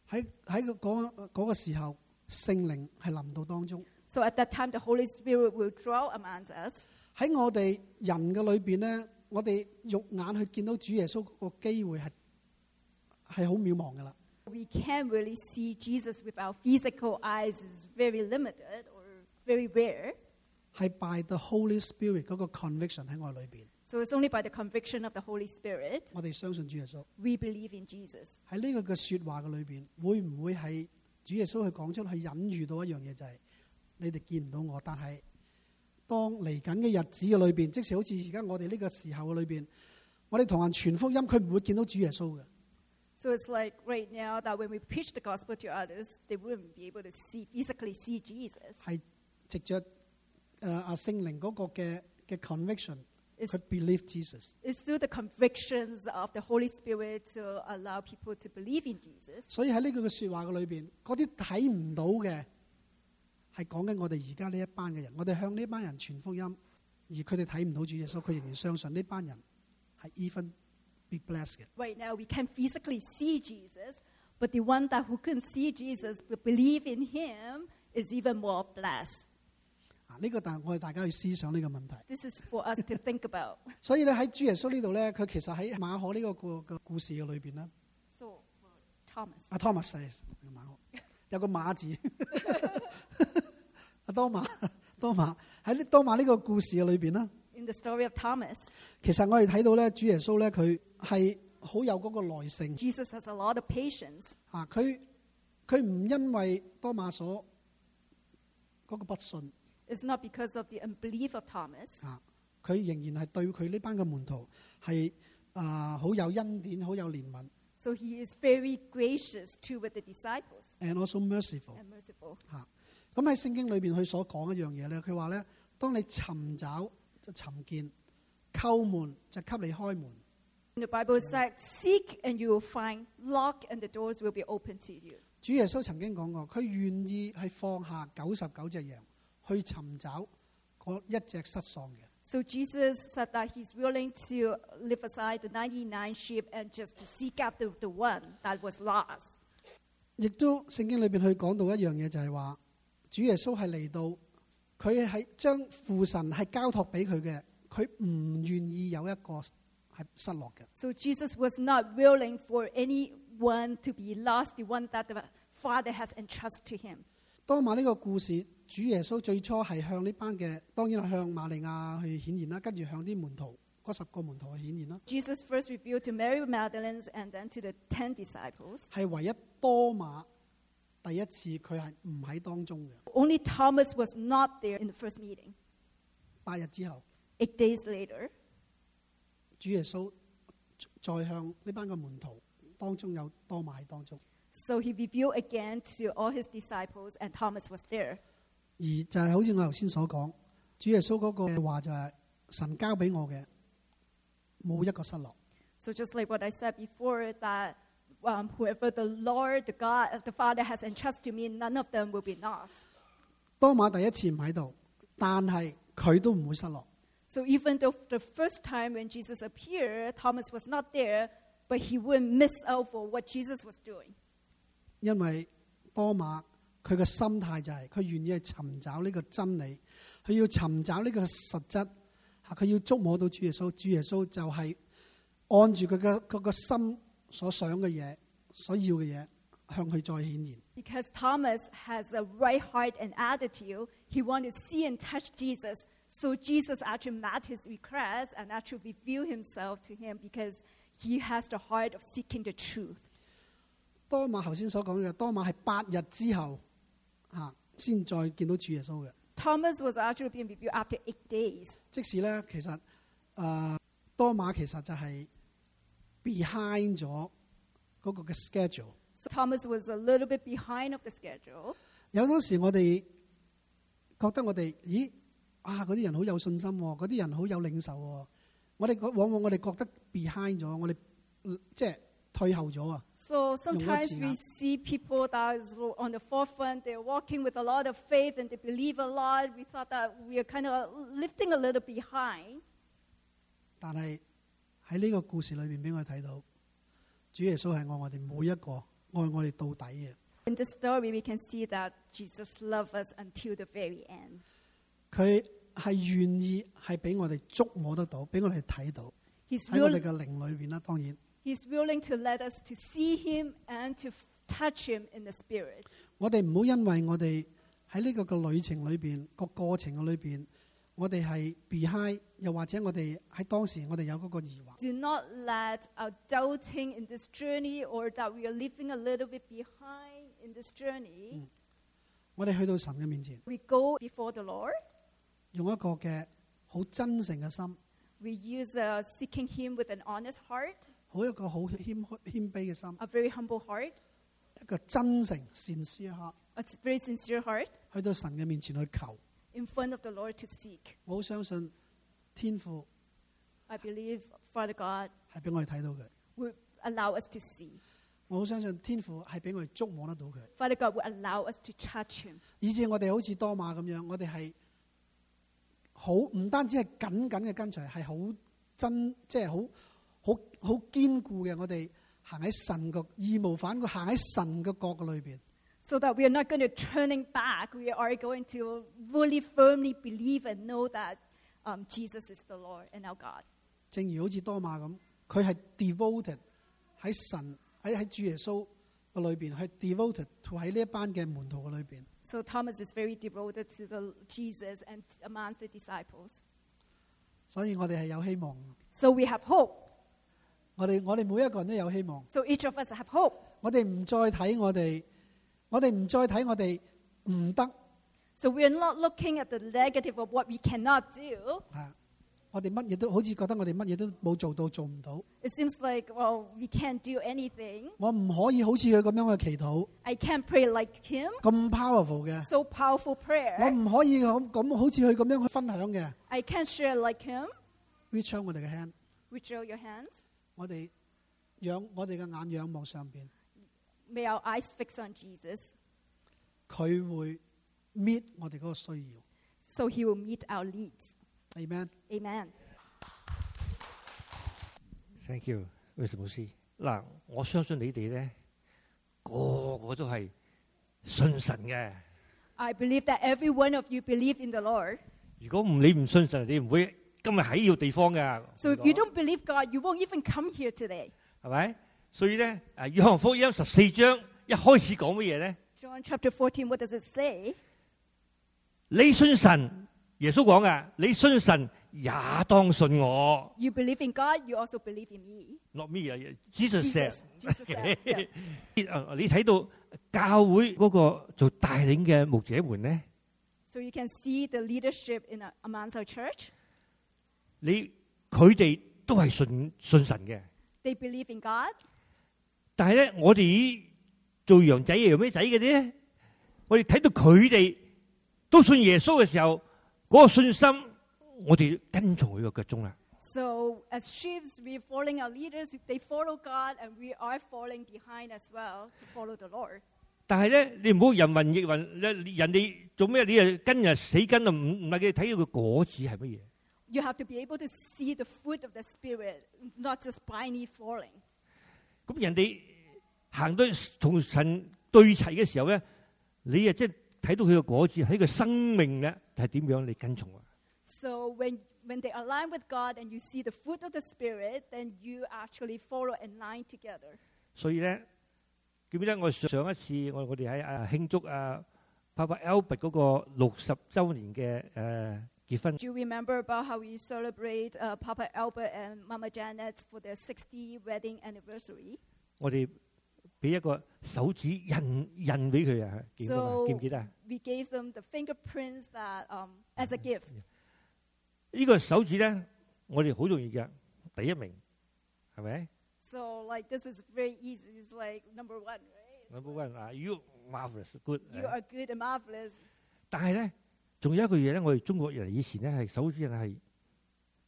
S3: 喺喺個嗰嗰個時候，聖靈係臨到當中。
S2: So at that time, the Holy Spirit will dwell among us.
S3: 喺我哋人嘅裏邊呢，我哋肉眼去見到主耶穌嗰個機會係係好渺茫噶啦。
S2: We can't really see Jesus with our physical eyes. It's very limited or very rare.
S3: 係 by the Holy Spirit 嗰個 conviction 喺我裏邊，
S2: So it's only by the conviction of the Holy Spirit
S3: 我哋相信主耶穌
S2: we believe in Jesus.
S3: 喺呢個嘅説話嘅裏邊，會唔會係主耶穌去講出去隱喻到一樣嘢，就係、你哋見唔到我，但係當嚟緊嘅日子嘅裏邊，即使好似而家我哋呢個時候嘅裏邊，我哋同人傳福音，佢唔會見到主耶穌嘅。
S2: So it's like right now that when we preach the gospel to others, they wouldn't be able to see physically see Jesus.
S3: 係藉着誒阿聖靈嗰個嘅嘅 conviction，
S2: Is-
S3: 佢 believe Jesus。
S2: It's through the convictions of the Holy Spirit to allow people to believe in Jesus.
S3: 所以喺呢句嘅説話嘅裏邊，嗰啲睇唔到嘅係講緊我哋而家呢一班嘅人，我哋向呢班人傳福音，而佢哋睇唔到主耶穌，佢仍然相信呢班人係 even be blessed 嘅。
S2: right now we can physically see Jesus, but the one that who can see Jesus but believe in him is even more blessed.
S3: 啊，呢、個但我哋大家去思想呢個問題。
S2: This is for us to think about.
S3: 所以咧喺主耶穌呢度咧，佢其實喺馬可呢個故個故事嘅裏邊咧，
S2: So for Thomas.
S3: 阿 Thomas 係馬可有個馬字，阿多馬多馬喺呢多馬呢個故事嘅裏邊啦。
S2: In the story of Thomas,
S3: 其實我哋睇到咧，主耶穌咧佢係好有嗰個耐性啊
S2: Jesus has a lot of patience.
S3: 啊！佢佢唔因為多馬所嗰個不信
S2: It's not because of the unbelief of Thomas.
S3: 啊，佢仍然係對佢呢班嘅門徒係啊好有恩典，好有憐憫
S2: So he is very gracious toward the disciples
S3: ，and also merciful。
S2: and merciful.
S3: 嚇。咁喺聖經裏邊，佢所講一樣嘢咧，佢話咧，當你尋找就尋見，叩門就給你開門。
S2: In the Bible says, Seek and you will find, knock and the doors will be open to you.
S3: 主耶穌曾經講過，佢願意係放下九十九隻羊去尋找嗰一隻失喪嘅。
S2: So Jesus said that he's willing to leave aside the 99 sheep and just to seek out the, the one that was lost.
S3: 亦都聖經裏邊佢講到一樣嘢，就係話主耶穌係嚟到，佢係將父神係交託俾佢嘅，佢唔願意有一個係失落嘅。
S2: So Jesus was not willing for anyone to be lost, the one that the Father has entrusted to him.
S3: 當晚呢個故事，主耶穌最初係向呢班嘅，當然係向瑪利亞去顯現啦，跟住向啲門徒嗰十個門徒去顯現啦，
S2: Jesus first revealed to Mary Magdalene and then to the 10 disciples.
S3: 係唯一多馬第一次佢係唔喺當中嘅。
S2: Only Thomas was not there in the first meeting.
S3: 八日之後，
S2: Eight days later,
S3: 主耶穌再向呢班嘅門徒當中有多馬喺當中，
S2: so he revealed again to all his disciples, and Thomas was there.
S3: 而就係好似我頭先所講，主耶穌嗰個話就係神交俾我嘅，冇一個失落。
S2: So just like what I said before, that um, whoever the Lord, the God, the Father has entrusted to me, none of them will be lost.
S3: 多馬第一次唔喺度，但係佢都唔會失落。
S2: So even though the first time when Jesus appeared, Thomas was not there, but he wouldn't miss out for what Jesus was doing.
S3: 因為多馬佢嘅心態就係、佢願意去尋找呢個真理，佢要尋找呢個實質，吓佢要觸摸到主耶穌，主耶穌就係按住佢嘅佢個心所想嘅嘢，所要嘅嘢向佢再顯現。
S2: Because Thomas has a right heart and attitude, he wanted to see and touch Jesus. So Jesus actually met his request and actually revealed himself to him because he has the heart of seeking the truth.
S3: 多馬頭先所講嘅，多馬係八日之後吓先再見到主耶穌嘅。
S2: Thomas was actually being revealed after eight days.
S3: 即使咧，其實誒、呃多馬其實就係 behind 咗嗰個嘅 schedule。
S2: So Thomas was a little bit behind of the schedule.
S3: 有陣時我哋覺得我哋，咦啊嗰啲人好有信心、喎，嗰啲人好有領受、喎。我哋往往我哋覺得 behind 咗，我哋嗯即係退後咗啊！
S2: So sometimes we
S3: Yungachi-nga.
S2: see people that is on the forefront, they're walking with a lot of faith and they believe a lot. We thought that we are kind of lifting a little behind.
S3: 但係喺呢個故事裏邊俾我哋睇到，主耶穌係愛我哋每一個，愛我哋到底嘅。
S2: In this story, we can see that Jesus loved us until the very end.
S3: 佢係願意係俾我哋觸摸得到，俾我哋睇到
S2: He's,
S3: 喺我哋
S2: will,
S3: 嘅靈裏邊啦。當然，
S2: he's willing to let us to see him and to f- touch him in the spirit.
S3: 我哋唔好因為我哋喺呢個嘅旅程裏邊個過程嘅裏邊，我哋係 behind，又或者我哋喺當時我哋有嗰個疑惑，
S2: Do not let our doubting in this journey or that we are leaving a little bit behind in this journey.
S3: 我哋去到神嘅面前，
S2: We go before the Lord.
S3: 用一個嘅好真誠嘅心，
S2: We use uh, seeking him with an honest heart,
S3: 好一個好謙謙卑嘅心，
S2: a very humble heart,
S3: 一個真誠善思嘅刻，
S2: a s- very sincere heart
S3: 去到神嘅面前去求。
S2: in front of the Lord to seek.
S3: 我好相信天父
S2: I believe Father God
S3: 係俾我哋睇到佢，
S2: will allow us to see.
S3: 我好相信天父係俾我哋觸摸得到佢，
S2: Father God will allow us to touch him.
S3: 以至我哋好似多馬咁樣，我哋係好唔單止係緊緊嘅跟隨，係好真，即係好好好堅固嘅。我哋行喺神個義無反顧，行喺神嘅國嘅裏邊。
S2: So that we are not going to turning back. We are going to really firmly believe and know that um, Jesus is the Lord and our God.
S3: 正如好似多馬咁，佢係 devoted 喺神喺喺主耶穌嘅裏邊，係 devoted to 喺呢一班嘅門徒嘅裏邊。
S2: So Thomas is very devoted to the Jesus and among the disciples.
S3: 所以我哋係有希望嘅。
S2: So we have hope.
S3: 我哋我哋每一個人都有希望。
S2: So each of us have hope.
S3: 我哋唔再睇我哋，我哋唔再睇我哋唔得，
S2: So we're not looking at the negative of what we cannot do.
S3: 啊，我哋乜嘢都好似覺得我哋乜嘢都冇做到，做唔到。
S2: It seems like, well, we can't do anything.
S3: 我唔可以好似佢咁樣去祈禱
S2: I can't pray like him.
S3: 咁 powerful 嘅，
S2: So powerful
S3: 我
S2: prayer.
S3: 唔可以咁咁好似佢咁樣去分享嘅。
S2: I can't share like him.
S3: reach out 我哋嘅 hand，
S2: Reach out your hands.
S3: 我哋仰我哋嘅眼仰望上邊，
S2: May our eyes fix on Jesus
S3: 佢會搣我哋嗰個需要。
S2: so he will meet our needs.
S3: Amen。
S2: Amen.
S1: Thank you，威士牧師。嗱，我相信你哋咧，個個都係信神嘅。
S2: I believe that every one of you believe in the Lord.
S1: 如果唔你唔信神，你唔會今日喺呢個地方噶。
S2: So if you don't believe God, you won't even come here today.
S1: 係咪？所以咧，誒約翰福音十四章一開始講乜嘢咧？
S2: John chapter 14, what does it say?
S1: 你信神，耶穌講噶，你信神也當信我。
S2: You believe in God, you also believe in me.
S1: Not me 啊，Jesus said
S2: Jesus,。Jesus said, yeah.
S1: 啊你睇到教會嗰個做帶領嘅牧者們咧，
S2: So you can see the leadership in uh, amongst our church.
S1: 你佢哋都係信信神嘅。
S2: They believe in God.
S1: 但係咧，我哋做羊仔、羊咩仔嘅咧，我哋睇到佢哋都信耶穌嘅時候，嗰、個信心，我哋跟從佢個腳蹤啦。
S2: So as sheep, we're following our leaders. They follow God, and we are following behind as well to follow the Lord.
S1: 但係咧，你唔好人云亦云，人哋做咩你啊跟人死跟啊，唔唔係嘅，睇到佢果子係乜嘢？
S2: You have to be able to see the fruit of the Spirit, not just blindly following.
S1: 咁人哋行到同神對齊嘅時候咧，你啊即係睇到佢個果子，睇佢生命咧係點樣，你跟從啊。
S2: So when when they align with God and you see the fruit of the Spirit, then you actually follow and line together.
S1: 所以咧，記唔記得我上上一次我我哋喺啊慶祝啊 Papa Albert 嗰個六十週年嘅誒、呃、結婚，
S2: Do you remember about how we celebrate uh, Papa Albert and Mama Janet for their 60 wedding anniversary?
S1: 我哋俾一個手指印印俾佢啊，記唔記得啊
S2: So-
S1: 記唔記得啊？
S2: We gave them the fingerprints that um, as a gift.
S1: 呢、個手指咧，我哋好容易嘅，第一名係咪
S2: So like this is very easy. It's like number one, right?
S1: ？Number one 啊，you marvelous good 啊。
S2: You are good and marvelous.
S1: 但係咧，仲有一個嘢咧，我哋中國人以前咧係手指印係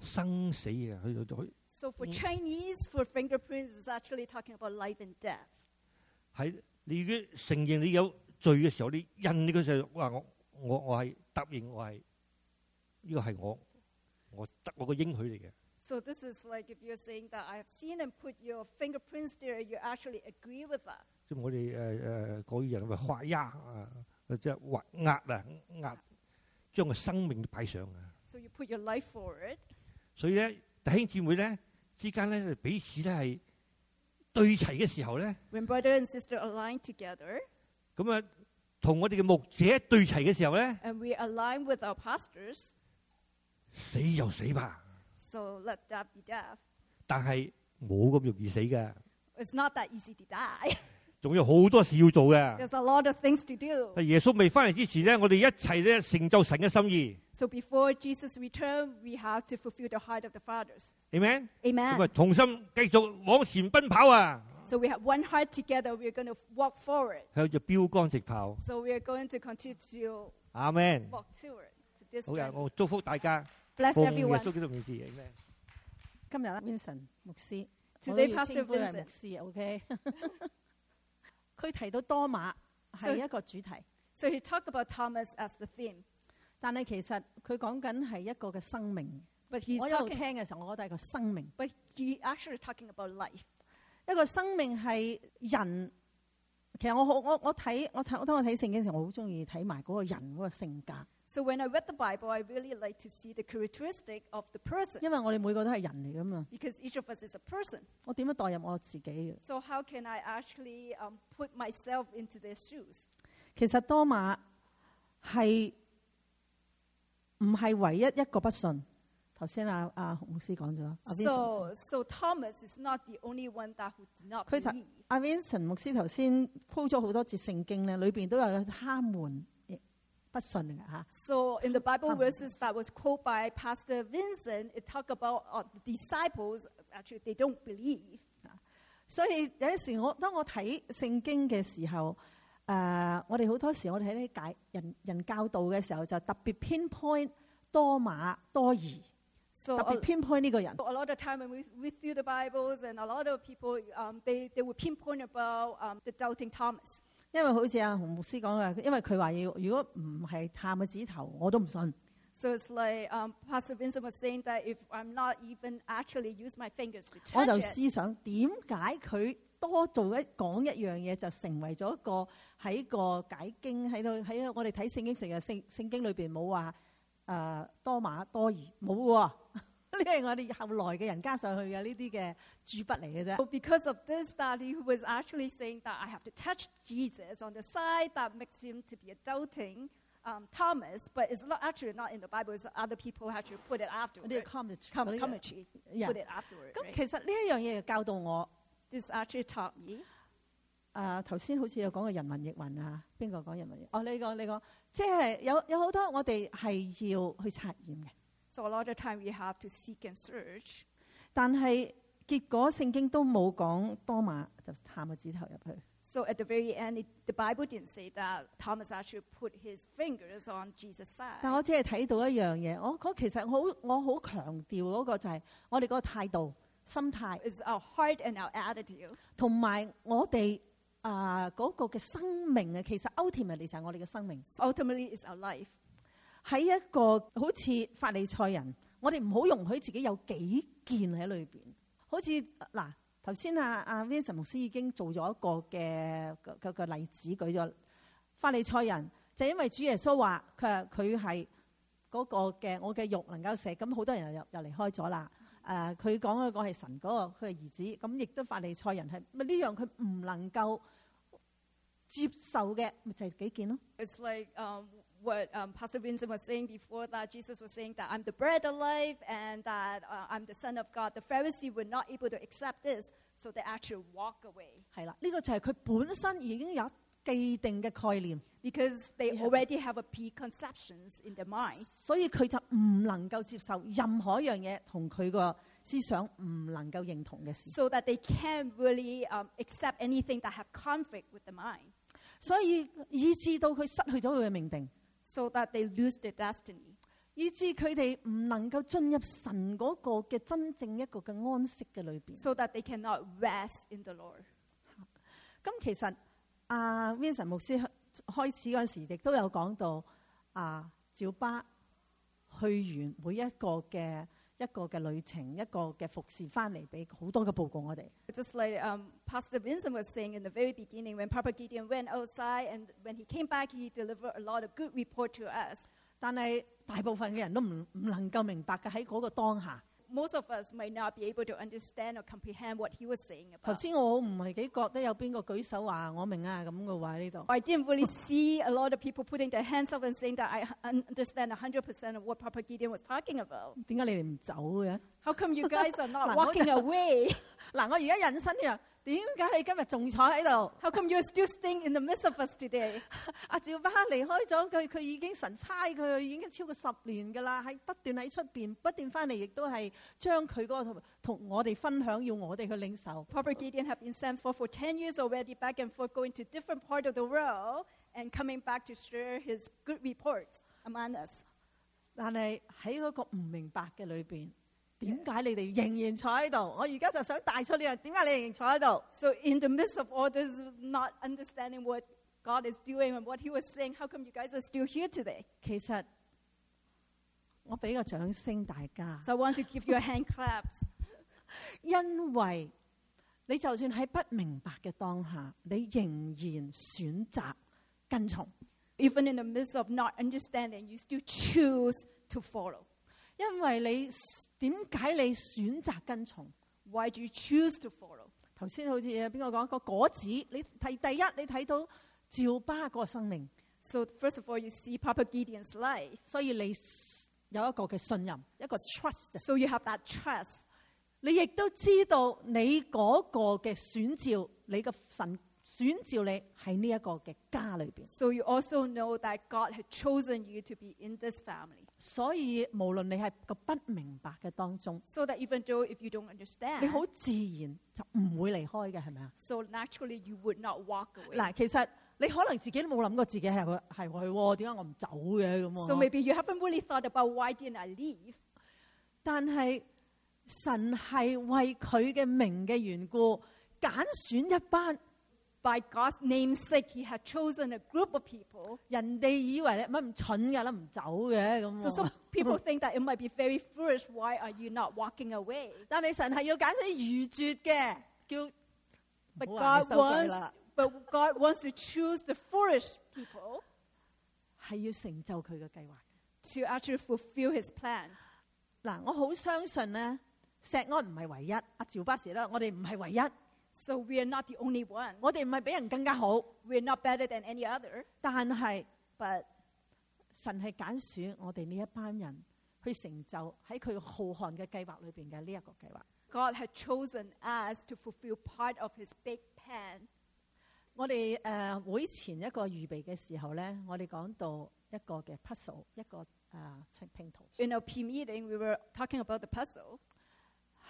S1: 生死嘅，佢佢
S2: So for
S1: Mm.
S2: Chinese, for fingerprints is actually talking about life and death.
S1: 喺你如果承認你有罪嘅時候，你印你個就話我我我係答應我係呢個係我我得我個應許嚟嘅。
S2: So this is like if you're saying that I have seen and put your fingerprints there, you actually agree with that.
S1: 即係我哋誒誒嗰啲人咪畫押啊，即係畫押啊押，將個生命擺上啊。
S2: So you put your life forward.
S1: 所以咧，弟兄姊妹咧之間咧彼此咧係對齊嘅時候咧，
S2: When brother and sister align together
S1: 咁啊同我哋嘅牧者對齊嘅時候咧，
S2: and we align with our pastors,
S1: 死就死吧，
S2: so let that be death.
S1: 但係冇咁容易死㗎，
S2: It's not that easy to die.
S1: 仲有好多事要做嘅。
S2: There's a lot of things to do.
S1: 但耶穌未翻嚟之前咧，我哋一齊咧成就神嘅心意
S2: So before Jesus' return, we have to fulfill the heart of the fathers.
S1: ，amen。咁啊，
S2: Amen.
S1: 同心繼續往前奔跑啊，
S2: So we have one heart together. We're going to walk forward.
S1: 向住標杆直跑
S2: So we are going to continue to
S1: ，amen。
S2: walk toward to this
S1: 好啊，
S2: journey.
S1: 我祝福大家，
S2: Bless
S1: 奉耶
S2: everyone.
S1: 穌基督名字，amen。
S4: 今日咧，Vincent 牧師，
S2: Today,
S4: 我都要
S2: Pastor
S4: 稱呼佢係
S2: Vincent
S4: 牧師，OK？佢提到多馬
S2: So-
S4: 係一個主題，
S2: So he talked about Thomas as the theme,
S4: 但係其實佢講緊係一個嘅生命。
S2: but he's
S4: 我一路
S2: talking,
S4: 聽嘅時候，我覺得係個生命，
S2: but he actually talking about life.
S4: 一個生命係人。其實我好我我睇我睇我當我睇聖經嘅時候，我好中意睇埋嗰個人嗰個性格，
S2: So when I read the Bible, I really like to see the characteristic of the person
S4: 因為我哋每個都係人嚟噶嘛。
S2: because each of us is a person.
S4: 我點樣代入我自己嘅？
S2: So how can I actually um, put myself into their shoes?
S4: 其實多馬係唔係唯一一個不信？頭先阿阿洪牧師講咗，阿 Vincent
S2: So,
S4: 牧師
S2: so Thomas is not the only one that who did not
S4: 佢就
S2: believe.
S4: 阿 Vincent 牧師頭先鋪咗好多節聖經咧，裏邊都有他們不不信嚟嘅嚇。
S2: So in the Bible
S4: Come.
S2: verses that was quoted by Pastor Vincent, it talk about uh, the disciples, actually they don't believe.
S4: 所以有陣時我當我睇聖經嘅時候，誒、我哋好多時我哋喺啲解人人教導嘅時候，就特別 pinpoint 多馬多疑，特
S2: So a,
S4: 別 pinpoint 呢個人。
S2: a lot of time when we, we through the Bibles and a lot of people, um, they, they would pinpoint about um, the doubting Thomas.
S4: 因為好似阿洪牧師講嘅，因為佢話要如果唔係探個指頭，我都唔信。
S2: So it's like um, Pastor Vincent was saying that if I'm not even actually use my fingers to
S4: 我
S2: touch
S4: 就
S2: it,
S4: 思想點解佢多做一講一樣嘢，就成為咗一個喺個解經喺度喺我哋睇聖經成日聖聖經裏邊冇話誒多馬多疑冇喎， 呢係我哋後來嘅人加上去嘅呢啲嘅主筆嚟嘅啫
S2: So。because of this, that he was actually saying that I have to touch Jesus on the side that makes him to be a doubting um, Thomas, but it's not actually not in the Bible. It's other people actually put it
S4: 我
S2: afterward.
S4: 哋 comment
S2: Com-
S4: 嗰啲嘢
S2: commentary
S4: Yeah.
S2: put it afterward.
S4: 咁
S2: right?
S4: 其實呢一樣嘢就教導我
S2: This actually taught me.
S4: 誒啊頭先好似有講過人民逆運啊，邊個講人民逆？哦，你講你講，即係有有好多我哋係要去測驗嘅。
S2: So a lot of time we have to seek and search.
S4: 但係結果聖經都冇講多馬就探個指頭入去，
S2: So at the very end, it, the Bible didn't say that Thomas actually put his fingers on Jesus'
S4: 但
S2: side.
S4: 我只係睇到一樣嘢，我我其實好我好強調嗰個就係我哋嗰個態度、心態，
S2: It's our heart and our attitude.
S4: 同埋我哋啊嗰個嘅生命啊，其實 ultimately 就係我哋嘅生命
S2: Ultimately, it's our life.
S4: 喺一個好似法利賽人，我哋唔好容許自己有幾件喺裏邊，好似嗱頭先啊啊 Vincent 牧師已經做咗一個嘅個個例子舉咗法利賽人，就因為主耶穌話佢佢係嗰個嘅我嘅肉能夠食，咁好多人又又離開咗啦。誒，佢講嗰個係神嗰、個佢嘅兒子，咁亦都法利賽人係咪呢樣佢唔能夠接受嘅，咪就係幾件咯。
S2: It's like um, what um, Pastor Vincent was saying before that Jesus was saying that I'm the bread of life and that uh, I'm the Son of God. The Pharisees were not able to accept this, so they actually walk away
S4: 係啦，呢、個就係佢本身已經有既定嘅概念，
S2: because they
S4: Yeah.
S2: already have a preconceptions in their mind.
S4: 所以佢就唔能夠接受任何一樣嘢同佢個思想唔能夠認同嘅事。
S2: So that they can't really um, accept anything that have conflict with the mind,
S4: 所以以致到佢失去咗佢嘅命定，
S2: so that they lose their destiny,
S4: 以致佢哋唔能夠進入神嗰個嘅真正一個嘅安息嘅裏邊。
S2: so that they cannot rest in the Lord.
S4: 咁其實阿、Vincent 牧師開始嗰陣時，亦都有講到啊，趙巴去完每一個嘅一個嘅旅程，一個嘅服侍翻嚟，俾好多嘅報告我哋。
S2: Just like um, Pastor Vincent was saying in the very beginning, when Papa Gideon went outside and when he came back, he delivered a lot of good report to us.
S4: 但係大部分嘅人都唔唔能夠明白嘅喺嗰個當下。
S2: Most of us might not be able to understand or comprehend what he was saying
S4: 頭
S2: about.
S4: 先我唔係幾覺得有邊個舉手話我明啊咁嘅話呢度。
S2: I didn't really see a lot of people putting their hands up and saying that I un- understand 100% of what Papa Gideon was talking about.
S4: 點解你哋唔走嘅？
S2: How come you guys are
S4: Là
S2: not
S4: nói
S2: walking
S4: ra-
S2: away?
S4: 嗱，我而家人生啊，點解你今日仲坐喺度？
S2: How come you're still staying in the midst of us today?
S4: 阿趙巴離開咗佢，佢已經神差佢，已經超過十年㗎啦，喺不斷喺出邊，不斷翻嚟，亦都係將佢嗰個同我哋分享，要我哋去領受。
S2: Papa Gideon had been sent for for 10 years already, back and forth, going to different part of the world and coming back to share his good reports among us.
S4: 但係喺嗰個唔明白嘅裏邊，點解你哋仍然坐喺度？我而家就想帶出呢樣，點解你仍然坐喺度？
S2: So, in the midst of all this, not understanding what God is doing and what he was saying, how come you guys are still here today?
S4: 其實我俾個掌聲大家，
S2: So, I want to give you a hand claps
S4: 因為你就算喺不明白嘅當下，你仍然選擇跟從。
S2: even in the midst of not understanding, you still choose to follow.
S4: 因為你 s- 點解你選擇跟從？
S2: Why do you choose to follow?
S4: 頭先好似呃邊個講個果子？你睇第一，你睇到趙巴個生命，
S2: So, first of all, you see Papa Gideon's life.
S4: 所以你 s- 有一個嘅信任，一個 trust。
S2: So, you have that trust.
S4: 你亦都知道你嗰個嘅選召，你嘅神選召你喺呢一個嘅家裏邊。
S2: So you also know that God had chosen you to be in this family.
S4: 所以無論你係個不明白嘅當中，
S2: So that even though if you don't
S4: 你
S2: understand,
S4: 好自然就唔會離開嘅，係咪啊？
S2: so naturally you would not walk away.
S4: 嗱，其實你可能自己都冇諗過自己係佢係佢喎，點哦解我唔走嘅咁啊
S2: So
S4: 喎？
S2: maybe you haven't really thought about why didn't I leave,
S4: 但係神係為佢嘅名嘅緣故揀選一班
S2: by God's namesake, He had chosen a group of people.
S4: 人哋以為你乜唔蠢㗎啦，唔走嘅咁
S2: So
S4: 喎
S2: some。people think that it might be very foolish. Why are you not walking away?
S4: 但係神係要揀選愚拙嘅，叫
S2: But
S4: 唔好話
S2: God
S4: 你羞愧
S2: wants,
S4: 啦，
S2: but God wants to choose the foolish people
S4: 係要成就佢嘅計劃。
S2: to actually fulfill His plan.
S4: 嗱，我好相信呢，石安唔係唯一，阿趙巴士啦，我哋唔係唯一，
S2: So we are not the only one.
S4: 我哋唔係比人更加好，
S2: We're not better than any other.
S4: 但係
S2: But
S4: 神係揀選我哋呢一班人去成就喺佢浩瀚嘅計劃裏邊嘅呢一個計劃。
S2: God had chosen us to fulfill part of His big plan.
S4: 我哋誒、呃、會前一個預備嘅時候呢，我哋講到一個嘅 puzzle，一個啊、呃、拼圖，
S2: In our P meeting, we were talking about the puzzle.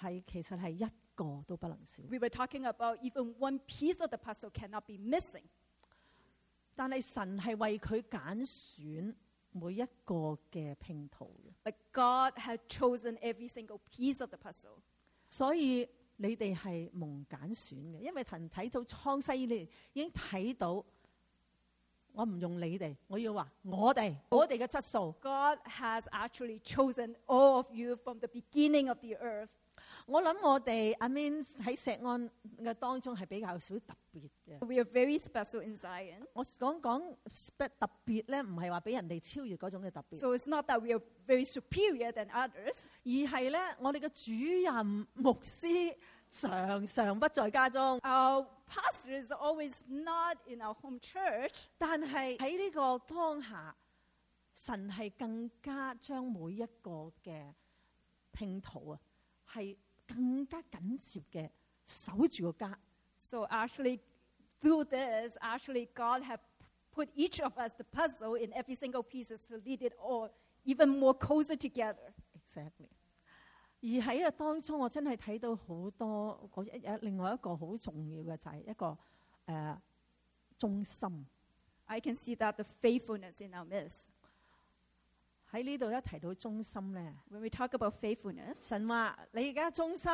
S4: 係其實係一個都不能少。
S2: We were talking about even one piece of the puzzle cannot be missing.
S4: 但係神係為佢揀選每一個嘅拼圖嘅，
S2: But God had chosen every single piece of the puzzle.
S4: 所以你哋係蒙揀選嘅，因為神睇到創世以嚟已經睇到，我唔用你哋，我要話我哋，我哋嘅質素，
S2: God has actually chosen all of you from the beginning of the earth.
S4: 我諗我哋阿 Min 喺石安嘅當中係比較少特別嘅。
S2: We are very special in Zion.
S4: 我講講 spe- 特別咧，唔係話俾人哋超越嗰種嘅特別，
S2: So it's not that we are very superior than others,
S4: 而係咧我哋嘅主任牧師常常不在家中。
S2: our pastor is always not in our home church.
S4: 但係喺呢個當下，神係更加將每一個嘅拼圖啊，係更加緊接嘅守住個家。
S2: So actually, through this, actually God have put each of us the puzzle in every single pieces to lead it all even more closer together.
S4: Exactly。而喺啊當中，我真係睇到好多嗰一一另外一個好重要嘅就係一個誒、呃中心
S2: I can see that the faithfulness in our midst.
S4: 喺呢度一提到中心咧，
S2: When we talk about faithfulness,
S4: 神話你而家中心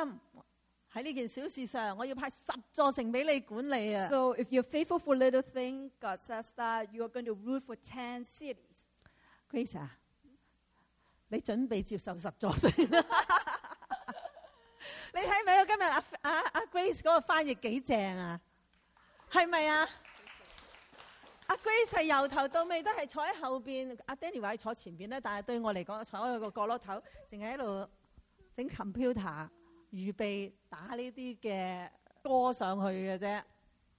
S4: 喺呢件小事上，我要派十座城俾你管理啊！
S2: So if you're faithful for little thing, God says that you are going to rule for 10 cities.
S4: Grace 啊，你準備接受十座星啦？ 你睇唔睇到今日阿阿阿 Grace 嗰個翻譯幾正啊？係咪啊？阿 Grace 係由頭到尾都係坐喺後邊，阿 Danny 話佢坐前邊咧，但係對我嚟講，坐喺個角落頭，淨係喺度整 computer 預備打呢啲嘅歌上去嘅啫。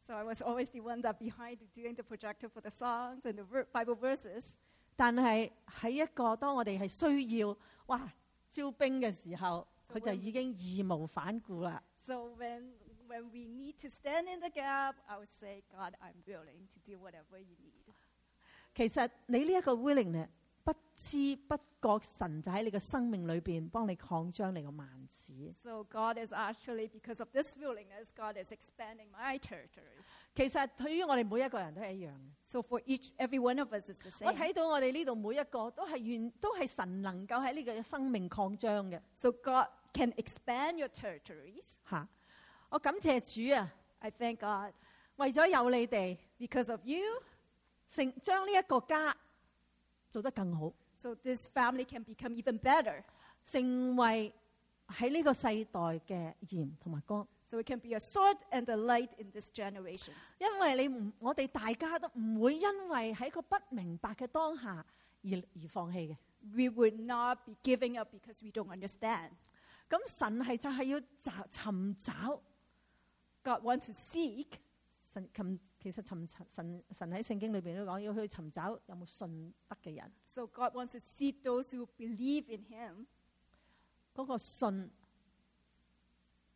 S2: So I was always the one that behind doing the projector for the songs and the ver- Bible verses.
S4: 但係喺一個當我哋係需要哇招兵嘅時候，佢就已經義無反顧啦。
S2: So when, when we need to stand in the gap, I would say, God, I'm willing to do whatever you need.
S4: 其實你呢一個 willing 咧，不知不覺神就喺你嘅生命裏邊幫你擴張你個萬子。
S2: So God is actually, because of this willingness, God is expanding my territories.
S4: 其實對於我哋每一個人都係一樣嘅。
S2: So for each, every one of us is the
S4: 我
S2: same.
S4: 睇到我哋呢度每一個都係願，都係神能夠喺呢個生命擴張嘅
S2: So God can expand your territories.
S4: 嚇。我感謝主啊，
S2: I thank God
S4: 為咗有你哋，
S2: because of you.
S4: 成將呢一個家做得更好。
S2: So this family can become even better.
S4: 成為喺呢個世代嘅鹽同埋光，
S2: So it can be a sword and a light in this generation.
S4: 因為你唔，我哋大家都唔會因為喺個不明白嘅當下而而放棄嘅。
S2: We would not be giving up because we don't understand.
S4: 咁神係就係要找尋找
S2: God wants to seek.
S4: 神尋，其實尋尋神神喺聖經裏邊都講要去尋找有冇信德嘅人。
S2: So God wants to seek those who believe in Him.
S4: 嗰、個信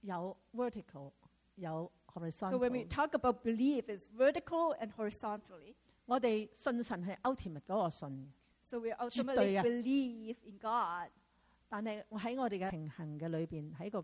S4: 有 vertical 有
S2: So when we
S4: horizontal。
S2: talk about belief, it's vertical and horizontally.
S4: 我哋信神係 ultimate 嗰個信，
S2: So we ultimately
S4: 絕對啊。
S2: believe in God.
S4: 但係喺我哋嘅平衡嘅裏邊，喺個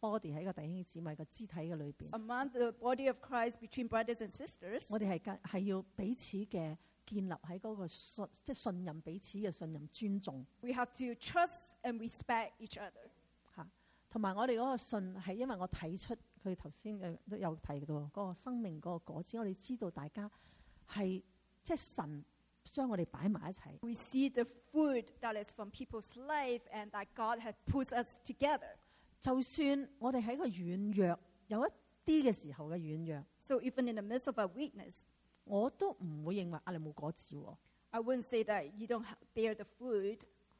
S4: body 喺個弟兄姊妹個肢體嘅裏邊，
S2: Among the body of Christ, between brothers and sisters,
S4: 我哋係跟係要彼此嘅建立喺嗰個信，即係信任彼此嘅信任、尊重
S2: we have to trust and respect each other.
S4: 嚇，同埋我哋嗰個信係因為我睇出佢頭先嘅都有提到嗰、個生命嗰個果子，我哋知道大家係即係神將我哋擺埋一齊。
S2: We see the food that is from people's life and that God has put us together.
S4: 就算我哋喺個軟弱，有一啲嘅時候嘅軟弱，
S2: So even in the midst of our weakness,
S4: 我都唔會認為啊你冇果子喎、
S2: I wouldn't say that you don't ha- bear the fruit,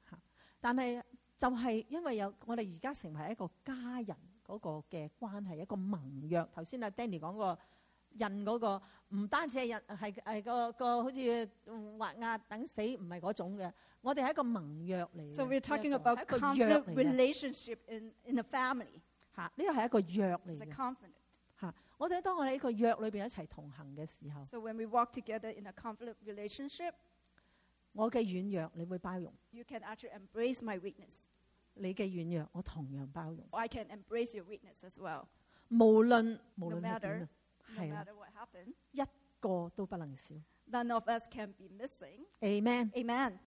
S4: 嚇但係就係因為有我哋而家成為一個家人嗰個嘅關係，一個盟約。頭先阿啊 Danny 講過印嗰、個，唔單止係印係係個個好似嗯畫押等死，唔係嗰種嘅。我哋係一個盟約嚟嘅。
S2: So we're talking
S4: 呢一個
S2: about
S4: 係一個約
S2: confident
S4: 嚟嘅
S2: relationship in, in a family.
S4: 嚇，呢個係一個約嚟
S2: It's a
S4: 嘅
S2: confident.
S4: 嚇。我哋當我哋喺個約裏邊一齊同行嘅時候，
S2: So when we walk together in a confident relationship,
S4: 我嘅軟弱你會包容，
S2: you can actually embrace my weakness.
S4: 你嘅軟弱我同樣包容，
S2: I can embrace your weakness as well.
S4: 無論無
S2: No
S4: 論係點
S2: matter,
S4: 啊，
S2: no
S4: 係啦，
S2: matter what happened,
S4: 一個都不能少。
S2: none of us can be missing.
S4: Amen。
S2: Amen.